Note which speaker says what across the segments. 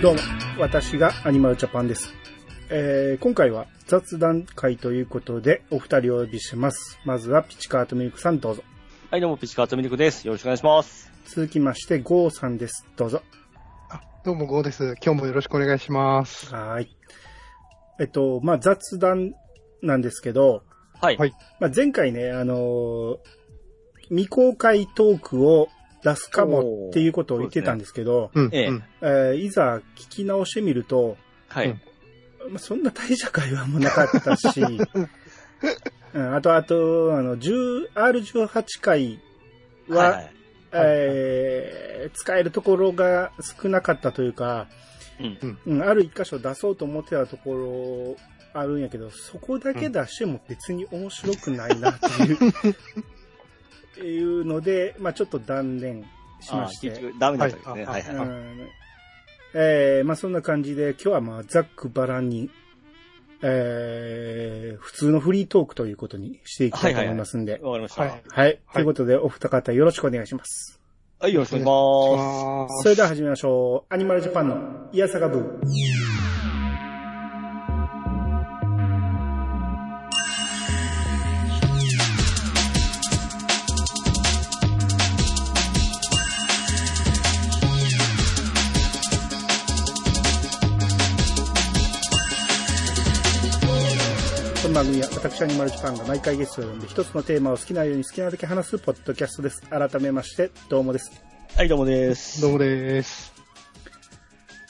Speaker 1: どうも、私がアニマルジャパンです。えー今回は雑談会ということで、お二人をお呼びします。まずは、ピチカートミルクさんどうぞ。
Speaker 2: はい、どうも、ピチカートミルクです。よろしくお願いします。
Speaker 1: 続きまして、ゴーさんです。どうぞ。
Speaker 3: どうも、ゴーです。今日もよろしくお願いします。
Speaker 1: はーい。えっと、まあ、雑談なんですけど、
Speaker 2: はい。
Speaker 3: はい
Speaker 1: まあ、前回ね、あのー未公開トークを出すかもっていうことを言ってたんですけど、
Speaker 3: うん。
Speaker 2: ええ
Speaker 3: うん
Speaker 1: えーいざ聞き直してみると、
Speaker 2: はい。
Speaker 3: うん
Speaker 1: まあ、そんな大社会はもうなかった し、うん、あと、あと、あの、10 R18 回は、
Speaker 2: はいはい
Speaker 1: えー使えるところが少なかったというか、
Speaker 2: うん
Speaker 1: うん、ある一箇所出そうと思ってたところあるんやけど、そこだけ出しても別に面白くないなって いう、いうので、まあちょっと断念し
Speaker 2: あ
Speaker 1: ま
Speaker 2: あ
Speaker 1: し
Speaker 2: 結
Speaker 1: て。
Speaker 2: 局、ダメだったですね。は
Speaker 3: はいい
Speaker 1: う
Speaker 2: はい。
Speaker 1: んえーまあそんな感じで、今日はまあざっくばらんに、えー普通のフリートークということにしていきたいと思いますんで。
Speaker 2: わかりました。
Speaker 3: はい
Speaker 1: はい。ということで、お二方よろしくお願いします。
Speaker 2: はい、よろしくお願いします。
Speaker 3: あ
Speaker 1: それでは始めましょう。アニマルジャパンのイヤサガブー。この番組は私アニマルジャパンが毎回ゲストを呼んで一つのテーマを好きなように好きなだけ話すポッドキャストです。改めまして、どうもです。
Speaker 2: はい、どうもで
Speaker 3: ー
Speaker 2: す。
Speaker 3: どうもです。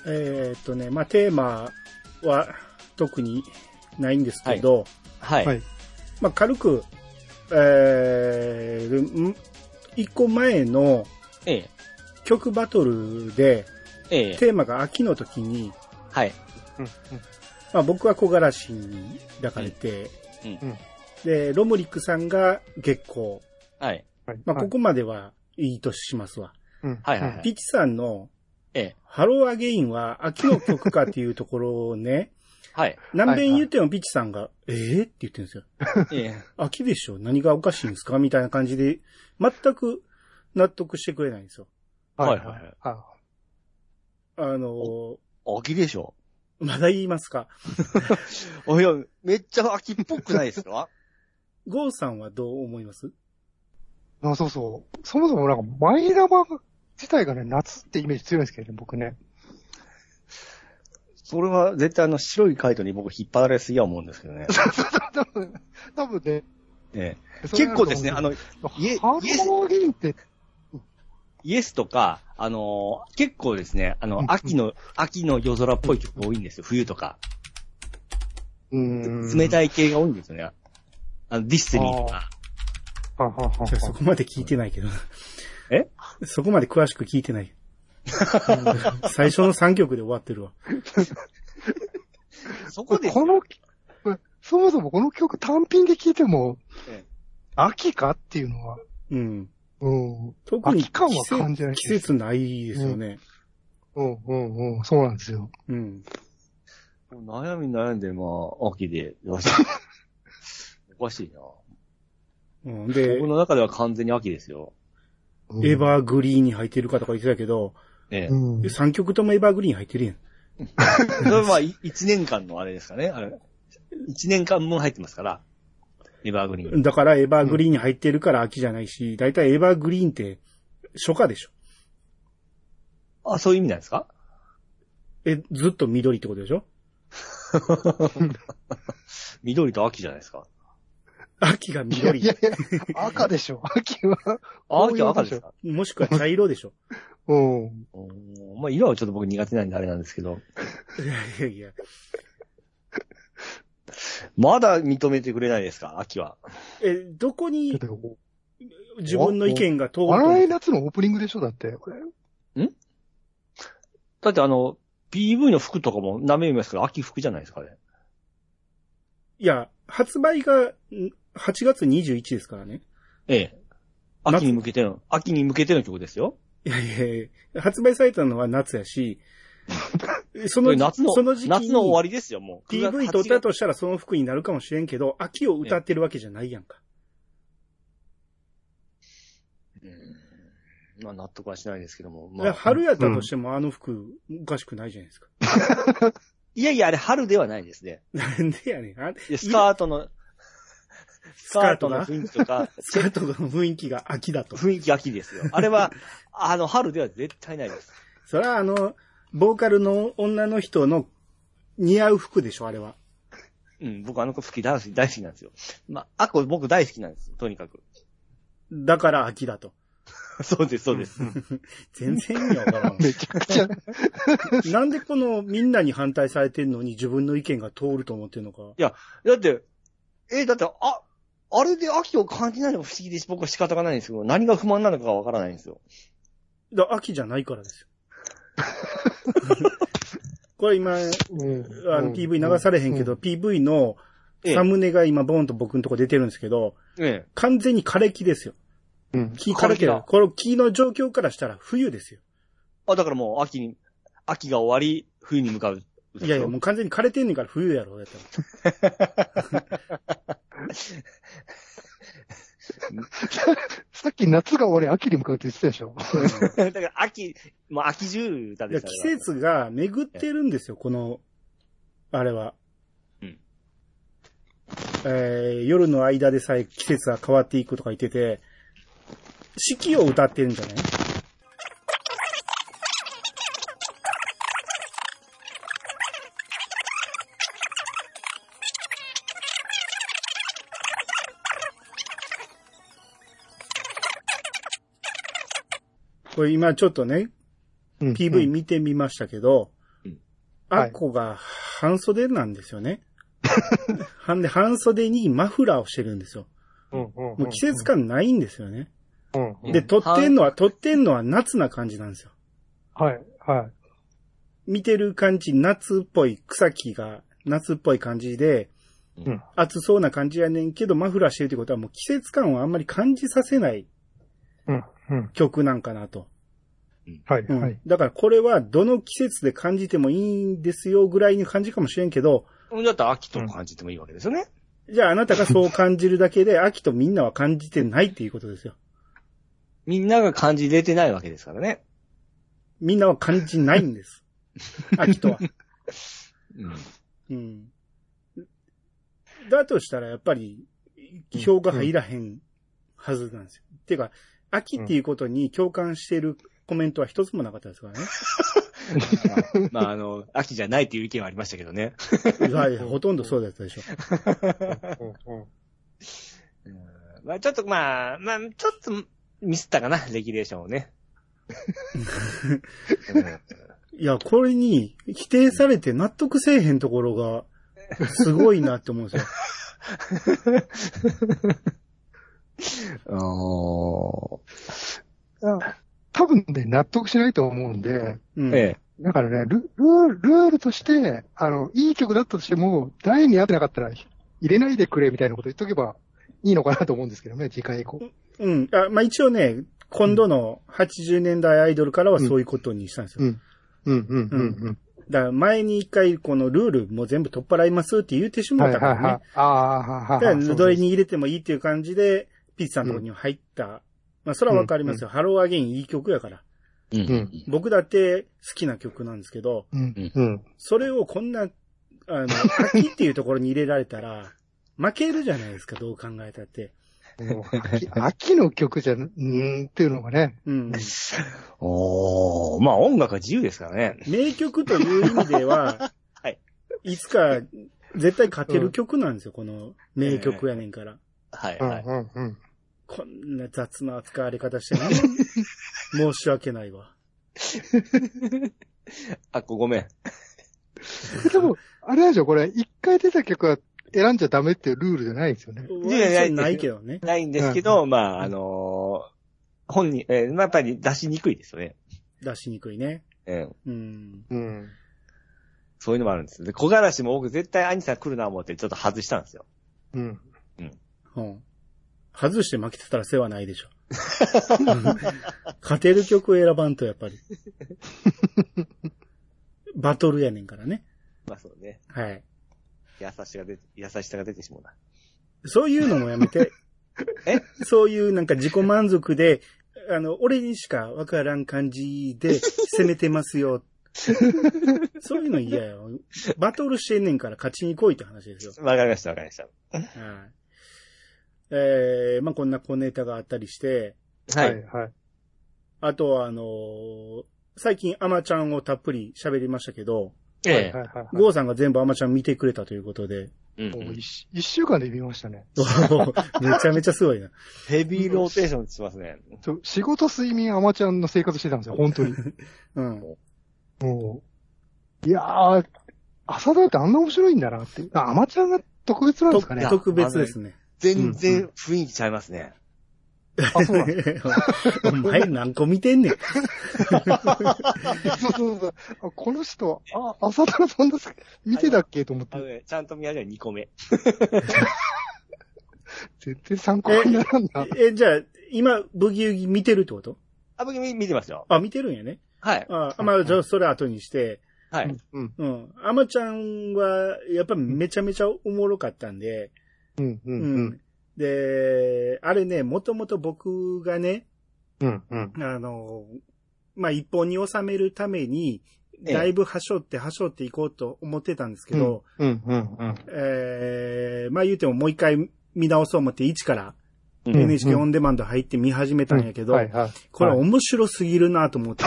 Speaker 1: えーっとね、まあ、テーマは特にないんですけど、
Speaker 2: はい。
Speaker 3: はい。
Speaker 1: まあ、軽く、えーん一個前の
Speaker 2: ええ。
Speaker 1: 曲バトルで、
Speaker 2: ええ。
Speaker 1: テーマが秋の時に、
Speaker 2: はい。
Speaker 3: うん。
Speaker 1: まあ、僕は木枯らしに抱かれて、
Speaker 3: うん。うん
Speaker 1: で、ロムリックさんが月光。
Speaker 2: はい。
Speaker 3: はい。
Speaker 1: まあ、ここまではいい年しますわ。
Speaker 3: うん。
Speaker 2: はいはいはい
Speaker 1: ピチさんの
Speaker 2: ええ。
Speaker 1: ハローアゲインは秋の曲かっていうところをね、
Speaker 2: はい。
Speaker 1: 何遍言ってもピチさんが、えー、って言ってるんですよ。
Speaker 2: え え。
Speaker 1: 秋でしょ何がおかしいんですかみたいな感じで、全く納得してくれないんですよ。
Speaker 2: はいはい
Speaker 3: はい
Speaker 2: はい。
Speaker 3: あ
Speaker 1: あのー
Speaker 2: 秋でしょ
Speaker 1: まだ言いますか
Speaker 2: おいや、めっちゃ秋っぽくないですか
Speaker 1: ゴーさんはどう思います
Speaker 3: まあそうそう。そもそもなんか、マイラバ自体がね、夏ってイメージ強いんですけどね、僕ね。
Speaker 2: それは絶対あの白いカイトに僕引っ張られすぎは思うんですけど ね。
Speaker 3: 多分、多分ね。
Speaker 2: ええ結構ですね、あの、家
Speaker 3: ハローゲインって、
Speaker 2: イエスとか、あのー結構ですね、あ
Speaker 3: うんう
Speaker 2: の、
Speaker 3: ん
Speaker 2: 秋の、秋の夜空っぽい曲多いんですよ。冬とか。
Speaker 3: うん
Speaker 2: 冷
Speaker 3: い。
Speaker 2: たい系が多いんですよね。あの、ディスティニーとか。
Speaker 3: ははは
Speaker 1: じゃあそこまで聞いてないけど。
Speaker 2: え
Speaker 1: そこまで詳しく聞いて ない。最初の3曲で終わってるわ。
Speaker 2: そこ
Speaker 3: こ
Speaker 2: で、
Speaker 3: の、そもそもこの曲単品で聴いても
Speaker 2: ええ、
Speaker 3: 秋かっていうのは、
Speaker 1: うん。
Speaker 3: うん。
Speaker 1: 特に
Speaker 3: 秋感は感じない
Speaker 1: 季節季節ないですよね。
Speaker 3: うんうんうん、そうなんですよ。
Speaker 1: うん。
Speaker 2: 悩み悩んで、まあ、秋 で、よし。おかしいな。
Speaker 1: うん、で
Speaker 2: 僕、の中では完全に秋ですよ。
Speaker 3: うん
Speaker 1: エバーグリーンに入ってるかとか言ってたけど、
Speaker 2: ええ
Speaker 3: う。ん。
Speaker 1: 3曲ともエバーグリーン入ってるやん。
Speaker 2: それはまあ、い一年間のあれですかね。あれ。一年間分入ってますから。エバーグリーン。
Speaker 1: だからエバーグリーンに入ってるから秋じゃないし、だいたいエバーグリーンって初夏でしょ。
Speaker 2: あ、そういう意味なん ですか
Speaker 1: え、ずっと緑ってことでしょ
Speaker 2: 緑と秋じゃないですか。
Speaker 1: 秋が
Speaker 3: いや
Speaker 1: 緑
Speaker 3: い。やいや、赤でしょ、秋は。こうい
Speaker 2: 秋は
Speaker 3: うの
Speaker 2: 赤ですか
Speaker 1: もしくは茶色で しょ。
Speaker 3: うん。
Speaker 2: うーんまあ、色はちょっと僕苦手なんであれなんですけど。
Speaker 1: いやいやいや。
Speaker 2: まだ認めてくれないですか秋は。
Speaker 1: え、どこに
Speaker 3: だってお
Speaker 1: 自分の意見が通ると
Speaker 3: 笑い夏のオープニングでしょだって。
Speaker 2: だってあの、PV の服とかも舐めますから、秋服じゃないですかね。
Speaker 1: いや、発売がん8月21ですからね。
Speaker 2: ええ。秋に向けての、秋に向けての曲ですよ。
Speaker 1: いやいやいや、発売されたのは夏や し、そ
Speaker 2: そ
Speaker 1: の、
Speaker 2: れ夏の、
Speaker 1: その時期に
Speaker 2: 夏の終わりですよ、もう。
Speaker 1: PV 撮ったとしたらその服になるかもしれんけど、秋を歌ってるわけじゃないやんか。
Speaker 2: うんまあ納得はしないですけども。
Speaker 1: い
Speaker 2: ま
Speaker 1: や
Speaker 2: あ、
Speaker 1: 春やったとしてもあの服、おかしくないじゃないですか。
Speaker 2: いやいや、あれ春ではないですね。
Speaker 1: なんでやねん。あ
Speaker 2: いやスカートの、スカートの
Speaker 1: が、
Speaker 2: 雰囲気とか、
Speaker 1: スカートの雰囲気が秋だと。
Speaker 2: 雰囲気秋ですよ。あれは、あの、春では絶対ないです。
Speaker 1: それはあの、ボーカルの女の人の似合う服でしょ、あれは。
Speaker 2: うん、僕あの子好き、大好き、大好きなんですよ。まあ、あこ僕大好きなんですよ、とに かく。
Speaker 1: だから秋だと。
Speaker 2: そうです、そうです。
Speaker 1: 全然意味わから ん。
Speaker 3: めちゃ くちゃ、
Speaker 1: なんでこのみんなに反対されてるのに自分の意見が通ると思ってるのか。
Speaker 2: だって、え、だって、あ、あれで秋を感じないのも不思議です。僕は仕方がないんですけど、何が不満なのかがわからないんですよ。
Speaker 1: だから秋じゃないからですよ。 これ今、あ
Speaker 3: うん。
Speaker 1: の PV 流されへんけど、PV の
Speaker 2: ええ
Speaker 1: サ。ムネが今ボーンと僕のとこ出てるんですけど、
Speaker 2: え
Speaker 1: 完全に枯れ木ですよ。
Speaker 3: うん。うん。
Speaker 1: 木枯れてる
Speaker 2: 枯れ木だ。
Speaker 1: この木の状況からしたら冬ですよ。
Speaker 2: え。あ、だからもう秋に、秋が終わり、冬に向かう。
Speaker 1: いやいや、もう完全に枯れてんねんから冬やろ、やったら。
Speaker 3: さっき夏が終わり、秋に向かうって言ってたでしょ。
Speaker 2: だから秋、もう秋中だ
Speaker 1: い
Speaker 2: で
Speaker 1: や
Speaker 2: す
Speaker 1: 季節が巡ってるんですよ、この、あれは。
Speaker 2: うん
Speaker 1: えー夜の間でさえ季節が変わっていくとか言ってて、四季を歌ってるんじゃないこれ今ちょっとね、
Speaker 3: うん
Speaker 1: PV。見てみましたけど
Speaker 2: うん、
Speaker 1: アッコが半袖なんですよ ね。はんで、半袖にマフラーをしてるんですよ。
Speaker 3: うんうん
Speaker 1: もう季節。感ないんですよね。
Speaker 3: うんうん。
Speaker 1: で、撮ってんのは、撮ってんのは夏な感じなんですよ。
Speaker 3: はい、はい。
Speaker 1: 見てる感じ、夏っぽい草木が夏っぽい感じで、
Speaker 2: うん
Speaker 1: 暑そうな感じやねんけど、マフラーしてるってことはもう季節感をあんまり感じさせない
Speaker 3: うん、うん。
Speaker 1: 曲なんかなと。
Speaker 3: はい、
Speaker 1: うん
Speaker 3: はい。
Speaker 1: だからこれはどの季節で感じてもいいんですよぐらいに感じかもしれんけど、
Speaker 2: だったら秋と感じてもいいわけですよね。
Speaker 1: じゃああなたがそう感じるだけで、 秋とみんなは感じてないっていうことですよ。
Speaker 2: みんなが感じれてないわけですからね。
Speaker 1: みんなは感じないん です。秋とは。
Speaker 2: うん。
Speaker 1: うん。だとしたらやっぱり、票が入らへんはずなんですよ。てか、秋っていうことに共感してるコメントは一つもなかったです からね。
Speaker 2: まあ、あの、秋じゃないっていう意見はありましたけどね。
Speaker 1: いやいやほとんどそうだったでしょ。
Speaker 3: うん
Speaker 2: まあ、ちょっと、まあ、まあ、ちょっと、ミスったかな、レギュレーション をね。
Speaker 1: いや、これに否定されて納得せえへんところが、すごいなって思うんですよ。
Speaker 2: うん、お
Speaker 3: 多分ね、納得しないと思うんで、
Speaker 1: うん。
Speaker 2: え
Speaker 3: だからね、ルルールルールとして、あの、いい曲だったとしても、台に合ってなかったら入れないでくれみたいなこと言っとけばいいのかなと思うんですけどね、次回以降。
Speaker 1: うん。あ、まあ、一応ね、今度の80年代アイドルからはそういうことにしたんですよ。
Speaker 3: うんうん、うん、うん、
Speaker 1: だから前に一回このルールもう全部取っ払いますって言ってし
Speaker 3: うん。
Speaker 1: ま
Speaker 3: は
Speaker 1: っ
Speaker 3: い、
Speaker 1: た
Speaker 3: はい、
Speaker 1: からね。
Speaker 3: はい。ああ、はい、はい。
Speaker 1: だからどれに入れてもいいっていう感じで、ピッツさんのとこには入った。まあ、それはわかりますよ。ハローアゲインいい曲やから。
Speaker 2: えう
Speaker 3: うんん。
Speaker 1: 僕だって好きな曲なんですけど、
Speaker 3: うん、うん。
Speaker 1: それをこんな、あの、 秋っていうところに入れられたら、負けるじゃないですか、どう考えたって。
Speaker 3: もう秋秋の曲じゃ、うーんっていうのがね。
Speaker 1: うん。
Speaker 2: おーまあ、音楽は自由ですからね。
Speaker 1: 名曲という意味では、
Speaker 2: はい。
Speaker 1: いつか絶対勝てる曲なんですよ、この名曲やねんから。
Speaker 2: はい、
Speaker 3: うん、
Speaker 2: はい。
Speaker 3: うん、うん。
Speaker 1: こんな雑な扱われ方してね。申し訳ないわ。
Speaker 2: あ、ごめん。
Speaker 3: でも、あれなんでしょ、これ、一回出た曲は選んじゃダメっていうルールじゃないですよね。
Speaker 1: 悪くないけどね。
Speaker 2: ないんですけど、まあ、あのー本に、えーまあやっぱり出しにくいですよね。
Speaker 1: 出しにくいね。
Speaker 2: えー
Speaker 1: うん。
Speaker 3: うん。
Speaker 2: そういうのもあるんです。で、小枯らしも僕絶対兄さん来るな思ってちょっと外したんですよ。
Speaker 3: うん。
Speaker 1: うん。外して負けてたら世話ないでしょ。勝てる曲を選ばんと、やっぱり。バトルやねんからね。
Speaker 2: まあそうね。
Speaker 1: はい。
Speaker 2: 優しさが出て、優しさが出てしまうな。
Speaker 1: そういうのもやめて。
Speaker 2: え
Speaker 1: そういうなんか自己満足で、あの、俺にしかわからん感じで攻めてます よ。そういうの嫌よ。バトルしてんねんから勝ちに来いって話ですよ。
Speaker 2: わかりました、わかりました。
Speaker 1: はい。えー、まあこんな小ネタがあったりして、
Speaker 2: はい。
Speaker 3: はい。
Speaker 1: あとはあのー最近アマちゃんをたっぷり喋りましたけど、
Speaker 2: え
Speaker 3: はい。
Speaker 2: え
Speaker 3: はい。はい。
Speaker 1: ゴーさんが全部アマちゃん見てくれたということ で、
Speaker 2: うん
Speaker 3: も
Speaker 2: う
Speaker 3: うん一一週間で見ましたね。
Speaker 1: おーめちゃめちゃすごいな。
Speaker 2: ヘビーローテーションしますね。
Speaker 3: そう仕事、睡眠、アマちゃんの生活してたんですよ、本当に。
Speaker 1: うん。
Speaker 3: もう。いやー、朝ドラってあんな面白いんだなって。あアマちゃんが特別なんですかね。
Speaker 1: と特別ですね。
Speaker 2: 全然雰囲気ちゃいますね。
Speaker 3: あ、そうなんです
Speaker 1: お前何個見てんねん。
Speaker 3: そうそうそう。あこの人、あ、朝ドラそんな見てたっけと思っ
Speaker 2: あの
Speaker 3: て、
Speaker 2: ね、ちゃんと見始め2個目。
Speaker 3: 絶対参考にならんな。
Speaker 1: え、じゃあ、今、ブギウギ見てるってこと
Speaker 2: あ、僕見見てますよ。
Speaker 1: あ、見てるんやね。
Speaker 2: はい。
Speaker 1: あ、まあ、じゃあ、それ後にして、
Speaker 2: は
Speaker 3: う
Speaker 2: い
Speaker 3: ん。うん、
Speaker 1: うん。アマちゃんは、やっぱめちゃめちゃおもろかったんで、
Speaker 3: うん、う、
Speaker 1: うんん。で、あれね、もともと僕がね、
Speaker 3: うん、うん。
Speaker 1: あの、まあ、一本に収めるために、
Speaker 2: ええ
Speaker 1: だいぶはしょってはしょっていこうと思ってたんですけど、
Speaker 3: うん、うん、うん。
Speaker 1: えーまあ言うてももう一回見直そう思って一から
Speaker 2: うん
Speaker 1: NHK オンデマンド入って見始めたんやけど、
Speaker 3: はい、はい。
Speaker 1: これ面白すぎるなと思って、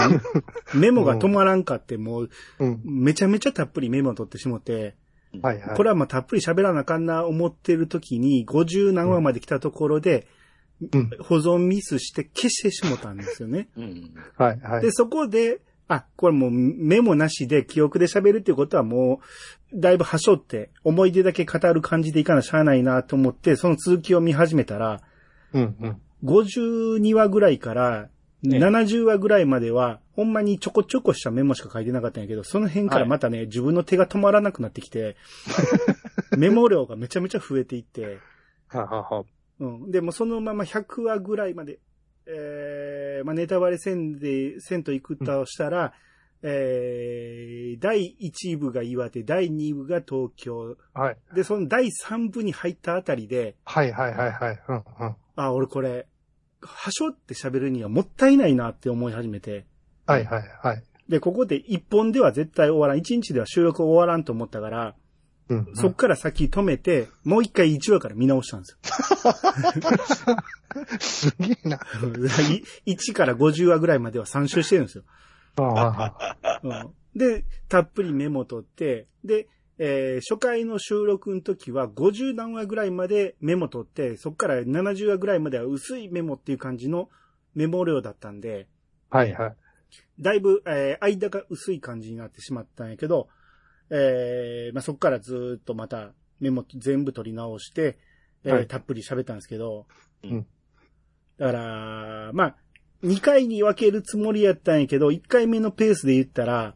Speaker 1: メモが止まらんかって、もう
Speaker 3: うん、
Speaker 1: めちゃめちゃたっぷりメモを取ってしもって、
Speaker 3: はい、はい。
Speaker 1: これはまあたっぷり喋らなあかんな思ってる時に、50何話まで来たところで、
Speaker 3: うん、
Speaker 1: 保存ミスして消してしもたんですよね。
Speaker 2: うん。
Speaker 3: はい、はい
Speaker 1: で、。そこで、あ、これもうメモなしで記憶で喋るっていうことはもう、だいぶ端折って、思い出だけ語る感じでいかなしゃあないなと思って、その続きを見始めたら、
Speaker 3: うん、うん。
Speaker 1: 52話ぐらいから、
Speaker 2: ね
Speaker 1: 70話ぐらいまでは、ほんまにちょこちょこしたメモしか書いてなかったんやけど、その辺からまたね、自分の手が止まらなくなってきて、メモ量がめちゃめちゃ増えていって、
Speaker 3: ははは
Speaker 1: うん。でもそのまま100話ぐらいまで、えー、まあ、ネタバレせんで、せんといくとしたら、えー、第1部が岩手、第2部が東京。
Speaker 3: はい。
Speaker 1: で、その第3部に入ったあたりで、
Speaker 3: はい、はい、はい、はい。うん、うん。
Speaker 1: あ、俺これ、はしょって喋るにはもったいないなって思い始めて。
Speaker 3: はい、はい、はい。
Speaker 1: で、ここで一本では絶対終わらん。一日では収録終わらんと思ったから、
Speaker 3: うんうん
Speaker 1: そっから先止めて、もう一回1話から見直したんですよ。
Speaker 3: すげえな。
Speaker 1: 1から50話ぐらいまでは3周してるんですよ。
Speaker 3: ああ
Speaker 1: うんで、たっぷりメモ取って、で、えー初回の収録の時は50何話ぐらいまでメモ取って、そっから70話ぐらいまでは薄いメモっていう感じのメモ量だったんで、
Speaker 3: はい、はい。
Speaker 1: だいぶ、えー間が薄い感じになってしまったんやけど、えーまあ、そっからずーっとまたメモ全部取り直して、えー
Speaker 3: はい
Speaker 1: たっぷり喋ったんですけど、
Speaker 3: うん
Speaker 1: だから、まあ、2回に分けるつもりやったんやけど、1回目のペースで言ったら、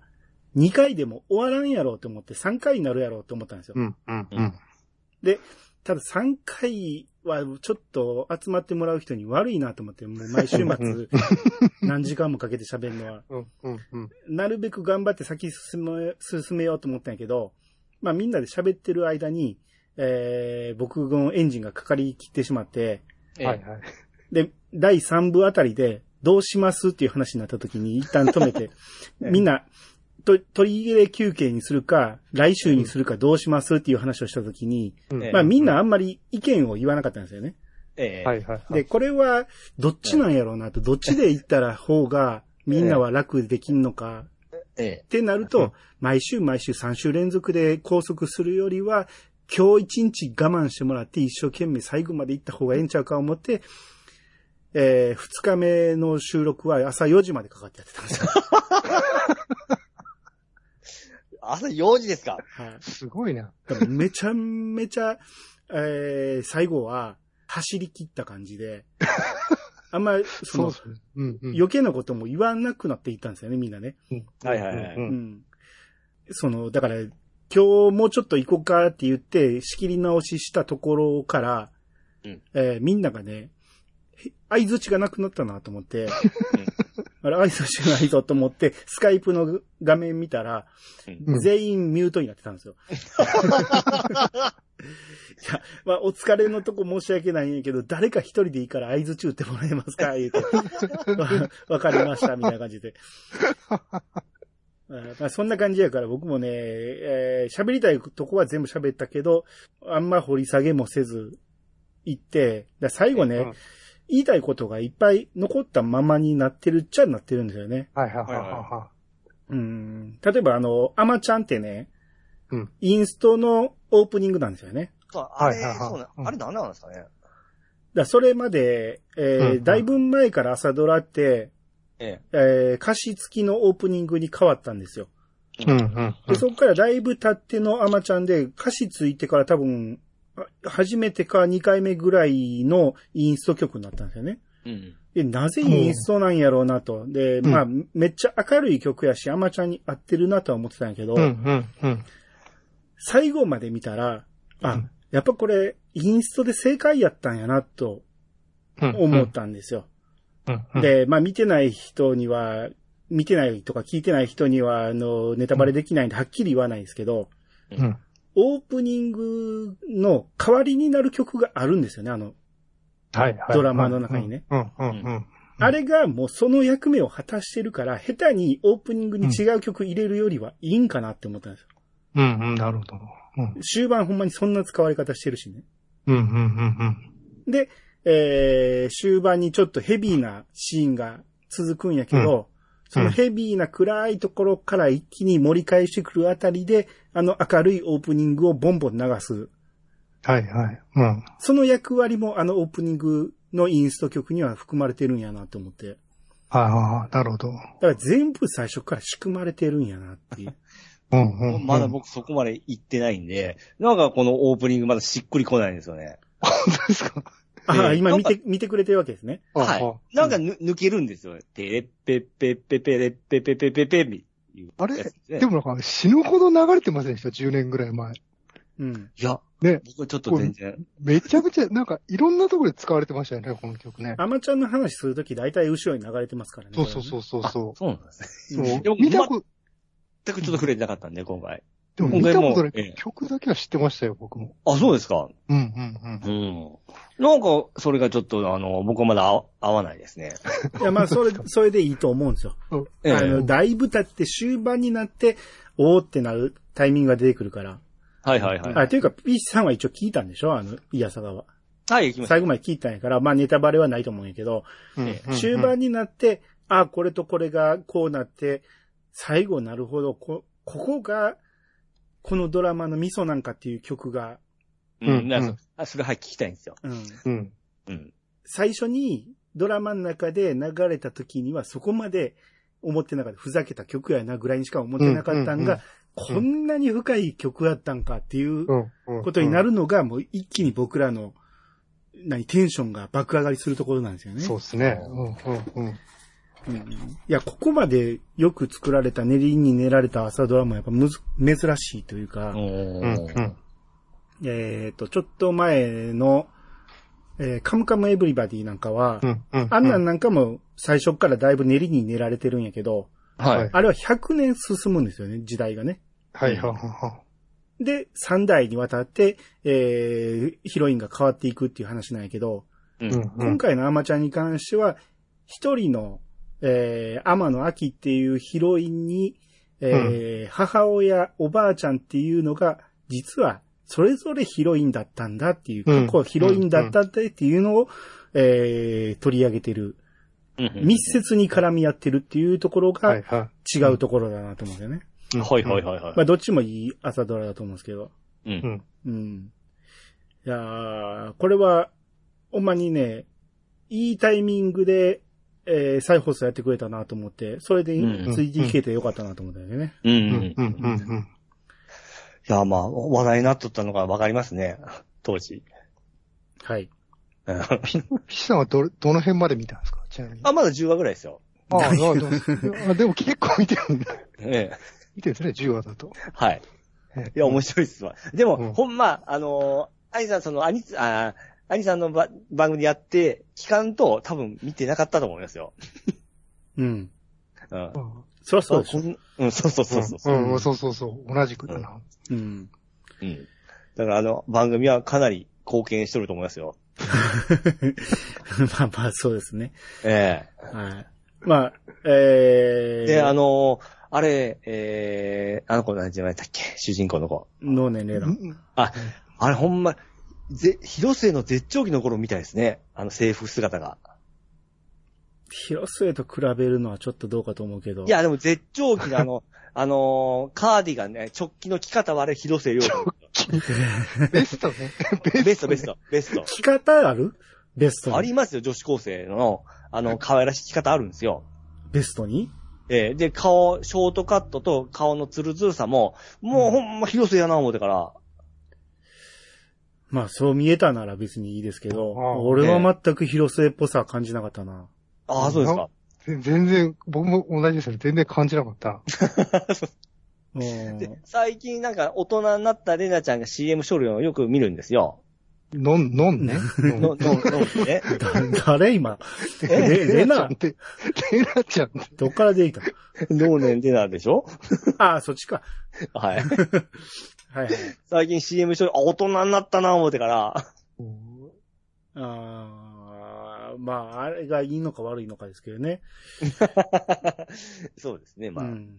Speaker 1: 2回でも終わらんやろうと思って3回になるやろうと思ったんですよ。
Speaker 3: うん、うん、うん。
Speaker 1: ただ3回はちょっと集まってもらう人に悪いなと思って、もう毎週末何時間もかけて喋るのは。
Speaker 3: うん、うん、うん。
Speaker 1: なるべく頑張って先進め、進めようと思ったんやけど、まあみんなで喋ってる間に、えー、僕のエンジンがかかりきってしまって、
Speaker 2: え
Speaker 3: はい、
Speaker 2: え
Speaker 3: はい。
Speaker 1: で、第3部あたりで、どうしますっていう話になった時に一旦止め て、
Speaker 2: ええ
Speaker 1: みんな、と、取り入れ休憩にするか、来週にするかどうしますっていう話をした時に、
Speaker 2: ええ
Speaker 1: まあみんなあんまり意見を言わなかったんですよね。
Speaker 2: ええ
Speaker 3: はい、はい。
Speaker 1: で、これは、どっちなんやろうなと、どっちで行ったら方が、みんなは楽できんのか、
Speaker 2: ええ
Speaker 1: ってなる
Speaker 3: う
Speaker 1: と
Speaker 3: ん、
Speaker 1: 毎週毎週3週連続で拘束するよりは、今日一日我慢してもらって一生懸命最後まで行った方がええんちゃうか思って、えー、二日目の収録は朝4時までかかってやってたんで すよ。
Speaker 2: 朝4時ですか
Speaker 1: はい
Speaker 3: すごいな。
Speaker 1: だからめちゃめちゃ、えー、最後は走り切った感じ で、あんま、そ
Speaker 3: そう
Speaker 1: の
Speaker 3: で、すね。うん、うん。
Speaker 1: 余計なことも言わなくなっていったんですよね、みんなね。
Speaker 2: はいはいはい
Speaker 3: うん
Speaker 1: うん。その、だから、今日もうちょっと行こうかって言って、仕切り直ししたところから、
Speaker 2: うん
Speaker 1: えーみんながね、相づちがなくなったなと思って、 あれ、相づちがないぞと思って、スカイプの画面見たら、
Speaker 2: うん
Speaker 3: うん
Speaker 1: 全員ミュートになってたんですよ。や、まあ、お疲れのとこ申し訳ないんやけど、誰か一人でいいから合図中ってもらえますか言うて、わ わかりました、みたいな感じで。 うんまあ、そんな感じやから僕もね、えー喋りたいとこは全部喋ったけど、あんま掘り下げもせず、行って、だから最後ね、
Speaker 3: うん
Speaker 1: 言いたいことがいっぱい残ったままになってるっちゃなってるんですよね。
Speaker 3: はいはいはい
Speaker 2: はい
Speaker 3: は
Speaker 1: うん。例えばあの、アマちゃんってね、
Speaker 3: うん
Speaker 1: インストのオープニングなんですよね。
Speaker 2: そう、あれ、
Speaker 3: はいはいはい
Speaker 2: そうね
Speaker 3: う。ん
Speaker 2: あれ何なんですかね。
Speaker 1: だからそれまで、えー
Speaker 3: うんうん
Speaker 1: だいぶ前から朝ドラって、
Speaker 2: え
Speaker 1: えー歌詞付きのオープニングに変わったんですよ。
Speaker 3: いはい。うんうんう
Speaker 1: で、
Speaker 3: ん。
Speaker 1: そこからだいぶ経ってのアマちゃんで、歌詞付いてから多分、あ初めてか2回目ぐらいのインスト曲になったんですよね。
Speaker 2: え。うん。
Speaker 1: で、なぜインストなんやろうなと。で、
Speaker 3: ん
Speaker 1: まあ、めっちゃ明るい曲やし、アマちゃんに合ってるなとは思ってたんやけど、
Speaker 3: うんうんうん。
Speaker 1: 最後まで見たら、あ、
Speaker 3: うん
Speaker 1: やっぱこれ、インストで正解やったんやな、と
Speaker 3: うん
Speaker 1: 思っ。たんですよ。
Speaker 3: うんうん、
Speaker 1: で、まあ見てない人には、見てないとか聞いてない人には、あの、ネタバレできないんで、はっきり言わないんですけど、
Speaker 3: うん。
Speaker 1: オープニングの代わりになる曲があるんですよね、あの。
Speaker 3: はいはい。
Speaker 1: ドラマの中にね。
Speaker 3: うんうんうん。うん
Speaker 1: あれがもうその役目を果たしてるから、下手にオープニングに違う曲入れるよりはいいんかなって思ったんですよ。
Speaker 3: うんうん、なるほど。うん
Speaker 1: 終盤ほんまにそんな使われ方してるしね。
Speaker 3: うんうんうん
Speaker 1: で、えー、終盤にちょっとヘビーなシーンが続くんやけど、そのヘビーな暗いところから一気に盛り返してくるあたりで、あの明るいオープニングをボンボン流す。
Speaker 3: うん。はいはい。うん。
Speaker 1: その役割もあのオープニングのインスト曲には含まれてるんやなと思って。
Speaker 3: ああ、なるほど。
Speaker 1: だから全部最初から仕組まれてるんやなって いう。
Speaker 3: うんうん、うん。
Speaker 2: まだ僕そこまで行ってないんで、なんかこのオープニングまだしっくりこないんですよね。
Speaker 3: 僕ですか。
Speaker 1: ああ、
Speaker 2: ええ
Speaker 1: 今見て、見てくれてるわけですね。
Speaker 2: はい。なんかぬ抜けるんですよ。てれっぺっぺっぺぺれっぺぺぺぺぺみ
Speaker 3: あ
Speaker 2: たいなや
Speaker 3: れ
Speaker 2: つですね
Speaker 3: でもなんか死ぬほど流れてませんでした ?10 年ぐらい前。
Speaker 1: うん。
Speaker 2: いや、
Speaker 3: ね
Speaker 2: 僕はちょっと全然。
Speaker 3: めちゃくちゃ、なんかいろんなところで使われてましたよね、この曲ね。
Speaker 1: アマちゃんの話するとき大体後ろに流れてますからね。
Speaker 3: そうそうそうそうそ
Speaker 2: そうなんですね。
Speaker 3: う。
Speaker 1: これはね。
Speaker 2: でも
Speaker 3: 見たこと、
Speaker 2: 全くちょっと触れてなかったんで、今回。
Speaker 3: でも
Speaker 2: 今
Speaker 3: 見
Speaker 2: 回
Speaker 3: た
Speaker 2: も
Speaker 3: ことないけ
Speaker 2: ええ
Speaker 3: ど、曲だけは知ってましたよ、僕も。
Speaker 2: あ、そうですか。
Speaker 3: うんうんうん。
Speaker 2: うん。なんか、それがちょっと、あの、僕はまだ合わ合わないですね。
Speaker 1: いや、まあ、それ、それでいいと思うんですよ。
Speaker 2: ええ
Speaker 1: あの、だいぶ経って終盤になって、おーってなるタイミングが出てくるから。
Speaker 2: はいはいはい。
Speaker 1: あ、というか、ピーチさんは一応聞いたんでしょあの、イヤサガは。
Speaker 2: はい、行きましょう
Speaker 1: 最後まで聞いたんやから、まあネタバレはないと思うんやけど、
Speaker 3: うんうんうん
Speaker 1: 終盤になって、あ、これとこれがこうなって、最後なるほど、こ、ここが、このドラマのミソなんかっていう曲が、
Speaker 2: う、
Speaker 3: うんん
Speaker 2: なんか
Speaker 3: う
Speaker 2: そ
Speaker 3: ん
Speaker 2: あそれはい聞きたいんですよ。
Speaker 1: うん、
Speaker 3: うん。
Speaker 2: うん。
Speaker 1: 最初にドラマの中で流れた時にはそこまで思ってなかった、ふざけた曲やなぐらいにしか思ってなかったんが、
Speaker 3: うんうんうん
Speaker 1: こんなに深い曲だったんかっていう
Speaker 3: うんうんうん
Speaker 1: ことになるのが、もう一気に僕らの、何、テンションが爆上がりするところなんですよね。
Speaker 3: そうですね。うんうんうん。
Speaker 1: うんいや、ここまでよく作られた、練りに練られた朝ドラマやっぱむず、珍しいというか、
Speaker 3: うんうん。
Speaker 1: えっ、と、ちょっと前の、えーカムカムエヴリバディなんかは、
Speaker 3: うんうん。
Speaker 1: あんなんなんかも最初からだいぶ練りに練られてるんやけど、
Speaker 2: は
Speaker 3: はいい。
Speaker 1: あれは100年進むんですよね、時代がね。
Speaker 3: はいはいは
Speaker 1: で、3代にわたって、えーヒロインが変わっていくっていう話なんやけど、
Speaker 2: う
Speaker 3: いはい。
Speaker 2: ん。
Speaker 3: うんうん
Speaker 1: 今回のアマちゃんに関しては、一人の、えー、アマの秋っていうヒロインに、えー母親、おばあちゃんっていうのが、実は、それぞれヒロインだったんだっていう、
Speaker 3: うん
Speaker 1: 過去ヒロインだったってっていうのを、えー取り上げてる。
Speaker 2: うん
Speaker 1: 密接に絡み合ってるっていうところ
Speaker 3: は
Speaker 1: が
Speaker 3: いは
Speaker 1: 違うところだなと思うんだよね。
Speaker 3: い。
Speaker 2: はいはいはいは
Speaker 1: まあ、どっちもいい朝ドラだと思うんですけど。
Speaker 2: い。うん
Speaker 3: うん
Speaker 1: うん。いやーこれは、ほんまにね、いいタイミングで、えー再放送やってくれたなと思って、それで
Speaker 2: うん
Speaker 1: ついていけてよかったなと思ったんだよね。
Speaker 2: う
Speaker 3: うんん
Speaker 2: うん。
Speaker 3: うんう
Speaker 2: い
Speaker 3: んうん。
Speaker 2: や、まあ、話題になっとったのがわかりますね。当時。
Speaker 1: はい。
Speaker 2: うん
Speaker 3: 岸さんはど、どの辺まで見たんですかちなみに。
Speaker 2: あ、まだ10話ぐらいですよ。
Speaker 3: ああ、なるほ ど。あでも結構見てるんだ。
Speaker 2: ええ。
Speaker 3: 見てるんですね、10話だと。
Speaker 2: はい。
Speaker 3: え
Speaker 2: いや、面白いっすわ。でも、
Speaker 3: うん
Speaker 2: ほんま、あのー、兄さん、その、兄つ、あー兄さんのば番組やって、期間と多分見てなかったと思いますよ。
Speaker 1: うん。
Speaker 2: うん。
Speaker 3: うん
Speaker 1: そりゃそうでし
Speaker 2: こ
Speaker 1: ょ。
Speaker 2: んうん、そうそうそうそう。
Speaker 3: うん、そうそうそう。同じくだな。
Speaker 1: うん。
Speaker 2: うん。だからあの、番組はかなり貢献しとると思いますよ。
Speaker 1: まあまあ、そうですね。
Speaker 2: え
Speaker 1: はい。まあ、え
Speaker 2: え
Speaker 1: ー、
Speaker 2: で、あの、あれ、えー、あの子何時前だったっけ主人公の子。
Speaker 1: 脳年齢だ。
Speaker 2: あ、あれほんま、ぜ、広末の絶頂期の頃みたいですね。あの制服姿が。
Speaker 1: 広末と比べるのはちょっとどうかと思うけど。
Speaker 2: い、や、でも絶頂期のあ の、あのーカーディガンね、直帰の着方はあれ広末涼子。
Speaker 3: ベストね。
Speaker 2: ベスト、ベスト、ベスト。
Speaker 1: 着方あるベストに。
Speaker 2: ありますよ、女子高生の、あの、可愛らしい着方あるんですよ。
Speaker 1: ベストに
Speaker 2: えーで、顔、ショートカットと顔のツルツルさも、もうほんま広瀬やな思うてから、
Speaker 1: まあ、そう見えたなら別にいいですけど、
Speaker 3: あ
Speaker 1: 俺は全く広末っぽさは感じなかったな。
Speaker 2: ああ、そうですか。
Speaker 3: 全全然、僕も同じですよ。全然感じなかった。
Speaker 1: うん
Speaker 2: で、最近なんか大人になったレナちゃんが CM 処理をよく見るんですよ。
Speaker 3: のん、のんね。
Speaker 2: の、
Speaker 3: の
Speaker 2: の、
Speaker 3: ん
Speaker 2: の、ね。
Speaker 1: だ 誰今レレ
Speaker 3: ちゃ
Speaker 1: ナ
Speaker 3: んっ、て、レナちゃんって
Speaker 1: どっから出てきた
Speaker 2: 老年でなんでしょ
Speaker 1: ああ、そっちか。
Speaker 2: はい。
Speaker 1: はいはい。
Speaker 2: 最近 CM 処理、あ、大人になったな思うてから、
Speaker 1: あーまあ、あれがいいのか悪いのかですけどね。
Speaker 2: そうですね、まあ。
Speaker 1: うん、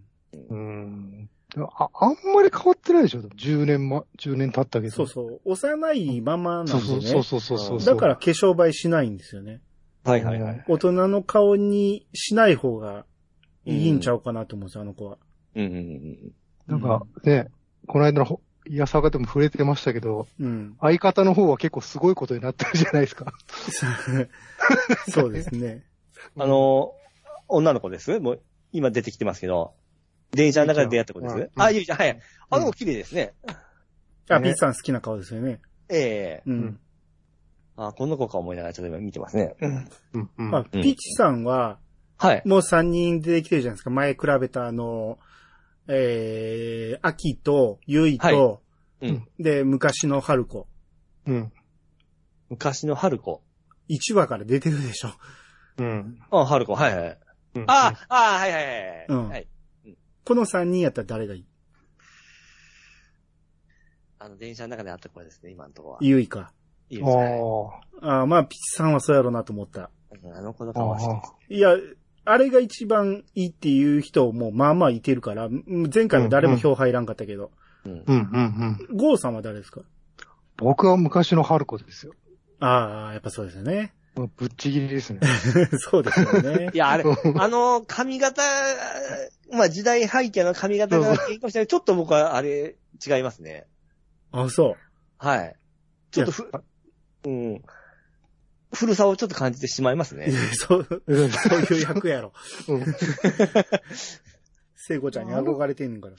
Speaker 3: うん。あ、あんまり変わってないでしょ ?10 年ま、10年経ったけど。
Speaker 1: そうそう。幼いままなんで
Speaker 3: そう
Speaker 1: ね。
Speaker 3: そうそうそうそうそう。
Speaker 1: だから、化粧映えしないんですよね。
Speaker 2: はいはいはい。
Speaker 1: 大人の顔にしない方がいいんちゃうかなと思うんですよ、あの子は。
Speaker 2: うんうんうん。
Speaker 3: なんかね、この間のほ、いやさがでも触れてましたけど、
Speaker 1: うん。
Speaker 3: 相方の方は結構すごいことになってるじゃないですか。
Speaker 1: そうですね。
Speaker 2: あの、女の子ですもう、今出てきてますけど、電車の中で出会った子で
Speaker 3: うん
Speaker 2: す。あ、ゆいちゃん、はい。あの
Speaker 3: う
Speaker 2: 子綺麗ですね。
Speaker 1: あ、
Speaker 3: ね
Speaker 1: ピッツさん好きな顔ですよね。
Speaker 2: ええ
Speaker 1: う
Speaker 3: うんん。
Speaker 2: あ、この子か思いながらちょっと今見てますね。
Speaker 3: うんうん
Speaker 1: まあ、ピッチさんは、
Speaker 2: はい。
Speaker 1: もう3人出てきてるじゃないですか。前比べたあの、えー、秋と、ゆいと、
Speaker 2: はいうん
Speaker 1: で、昔の春子。
Speaker 3: うん。
Speaker 2: 昔の春子。
Speaker 1: 1話から出てるでしょ。
Speaker 3: うん。
Speaker 2: あ、春子、はいはい。
Speaker 3: うん
Speaker 2: あ、あ、はいはいはい。
Speaker 1: うん
Speaker 2: はい。
Speaker 1: この3人やったら誰がいい
Speaker 2: あの、電車の中で会った子ですね、今のところは。い
Speaker 1: ゆいか。
Speaker 2: いです
Speaker 3: ああ
Speaker 2: ね。
Speaker 1: あーまあ、ピッチさんはそうやろうなと思った。
Speaker 2: うんあの子の
Speaker 3: あ
Speaker 2: 顔は好き
Speaker 3: あ
Speaker 2: です。
Speaker 1: いや、あれが一番いいっていう人もまあまあいてるから、うん前回も誰も票入らんかったけど。
Speaker 2: うん
Speaker 3: うんうんうん。
Speaker 1: ゴーさんは誰ですか
Speaker 3: 僕は昔の春子ですよ。
Speaker 1: ああ、やっぱそうですよね。
Speaker 3: まあぶっちぎ りですね。
Speaker 1: そうですよ ね
Speaker 2: い。や、あれ、あの、髪型、まあ、時代背景の髪型がいいかもしれない。ちょっと僕は、あれ、違いますね。
Speaker 1: あ、そう。
Speaker 2: はい。ちょっとふ、うん。古さをちょっと感じてしまいます
Speaker 1: いや
Speaker 2: ね。
Speaker 1: そう、そういう役やろ。
Speaker 3: うん
Speaker 1: 聖子ちゃんに憧れてんねんから。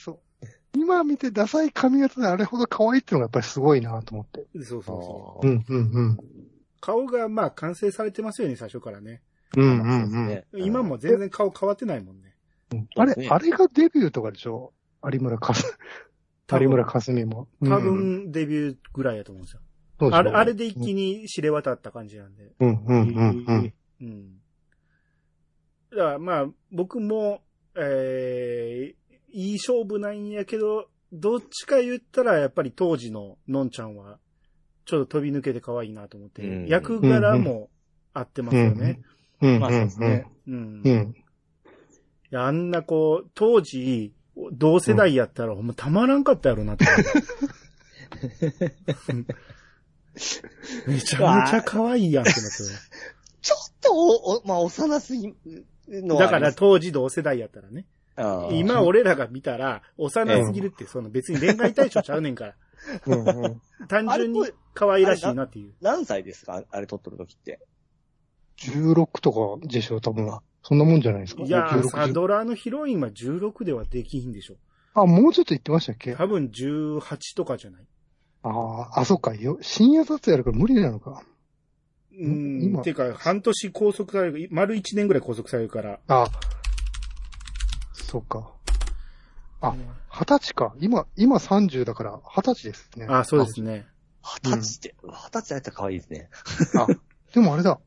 Speaker 3: 今見てダサい髪型であれほど可愛いってのがやっぱりすごいなと思って。
Speaker 1: そうそうそう。
Speaker 2: あー
Speaker 3: んうんうん。
Speaker 1: 顔がまあ完成されてますよね、最初からね。
Speaker 3: うん
Speaker 2: まあそう
Speaker 3: う
Speaker 2: です
Speaker 3: んうん。
Speaker 2: ね
Speaker 1: 今も全然顔変わってないもんね。
Speaker 3: あ
Speaker 2: そうですね
Speaker 3: れ、あれがデビューとかでしょ有村かす、
Speaker 1: 多分
Speaker 3: 有村かすみも。
Speaker 1: 多
Speaker 3: うんうん、
Speaker 1: 分デビューぐらいやと思うんですよ。
Speaker 3: そうでしょ
Speaker 1: あれ、あれで一気に知れ渡った感じなんで。
Speaker 3: うんうんうんうん。
Speaker 1: うん。だからまあ、僕も、えー、いい勝負なんやけど、どっちか言ったらやっぱり当時ののんちゃんは、ちょっと飛び抜けて可愛いなと思って、
Speaker 2: うん
Speaker 1: 役柄も合ってますよね。
Speaker 3: うんうん
Speaker 2: まあそうですね。
Speaker 1: うん。
Speaker 3: う
Speaker 1: い
Speaker 3: ん。
Speaker 1: やあんなこう、当時、同世代やったら、ほんまたまらんかったやろなと思って。めちゃめちゃ可愛いやんってなって
Speaker 2: ちょっとお、おまあ、幼すぎ
Speaker 1: る。
Speaker 2: のは
Speaker 1: だ
Speaker 2: あ
Speaker 1: か
Speaker 2: りま
Speaker 1: ら
Speaker 2: す、
Speaker 1: 当時同世代やったらね。
Speaker 2: あー
Speaker 1: 今俺らが見たら、幼すぎるって、その別に恋愛対象ちゃうねんから。
Speaker 3: うんうん。
Speaker 1: 単純に可愛らしいなっていう。
Speaker 2: 何歳ですかあれ撮っとる時って。
Speaker 3: 16とかでしょ多分。そんなもんじゃないですか
Speaker 1: いやー、サ
Speaker 3: 16
Speaker 1: ドラーのヒロインは16ではできひんでしょ。
Speaker 3: あ、もうちょっと言ってましたっけあ
Speaker 1: 多分18とかじゃない
Speaker 3: あ、あ、そっか。よ深夜撮影やるから無理なのか。
Speaker 1: うんん。
Speaker 3: 今
Speaker 1: てか、半年拘束される、丸1年ぐらい拘束されるから。
Speaker 3: あそっか。あ二十歳か。今、今30だから二十歳ですね。
Speaker 1: あ、そうですね。
Speaker 2: 二十歳って、二十歳だったら可愛いですね。
Speaker 3: あ。でもあれだ。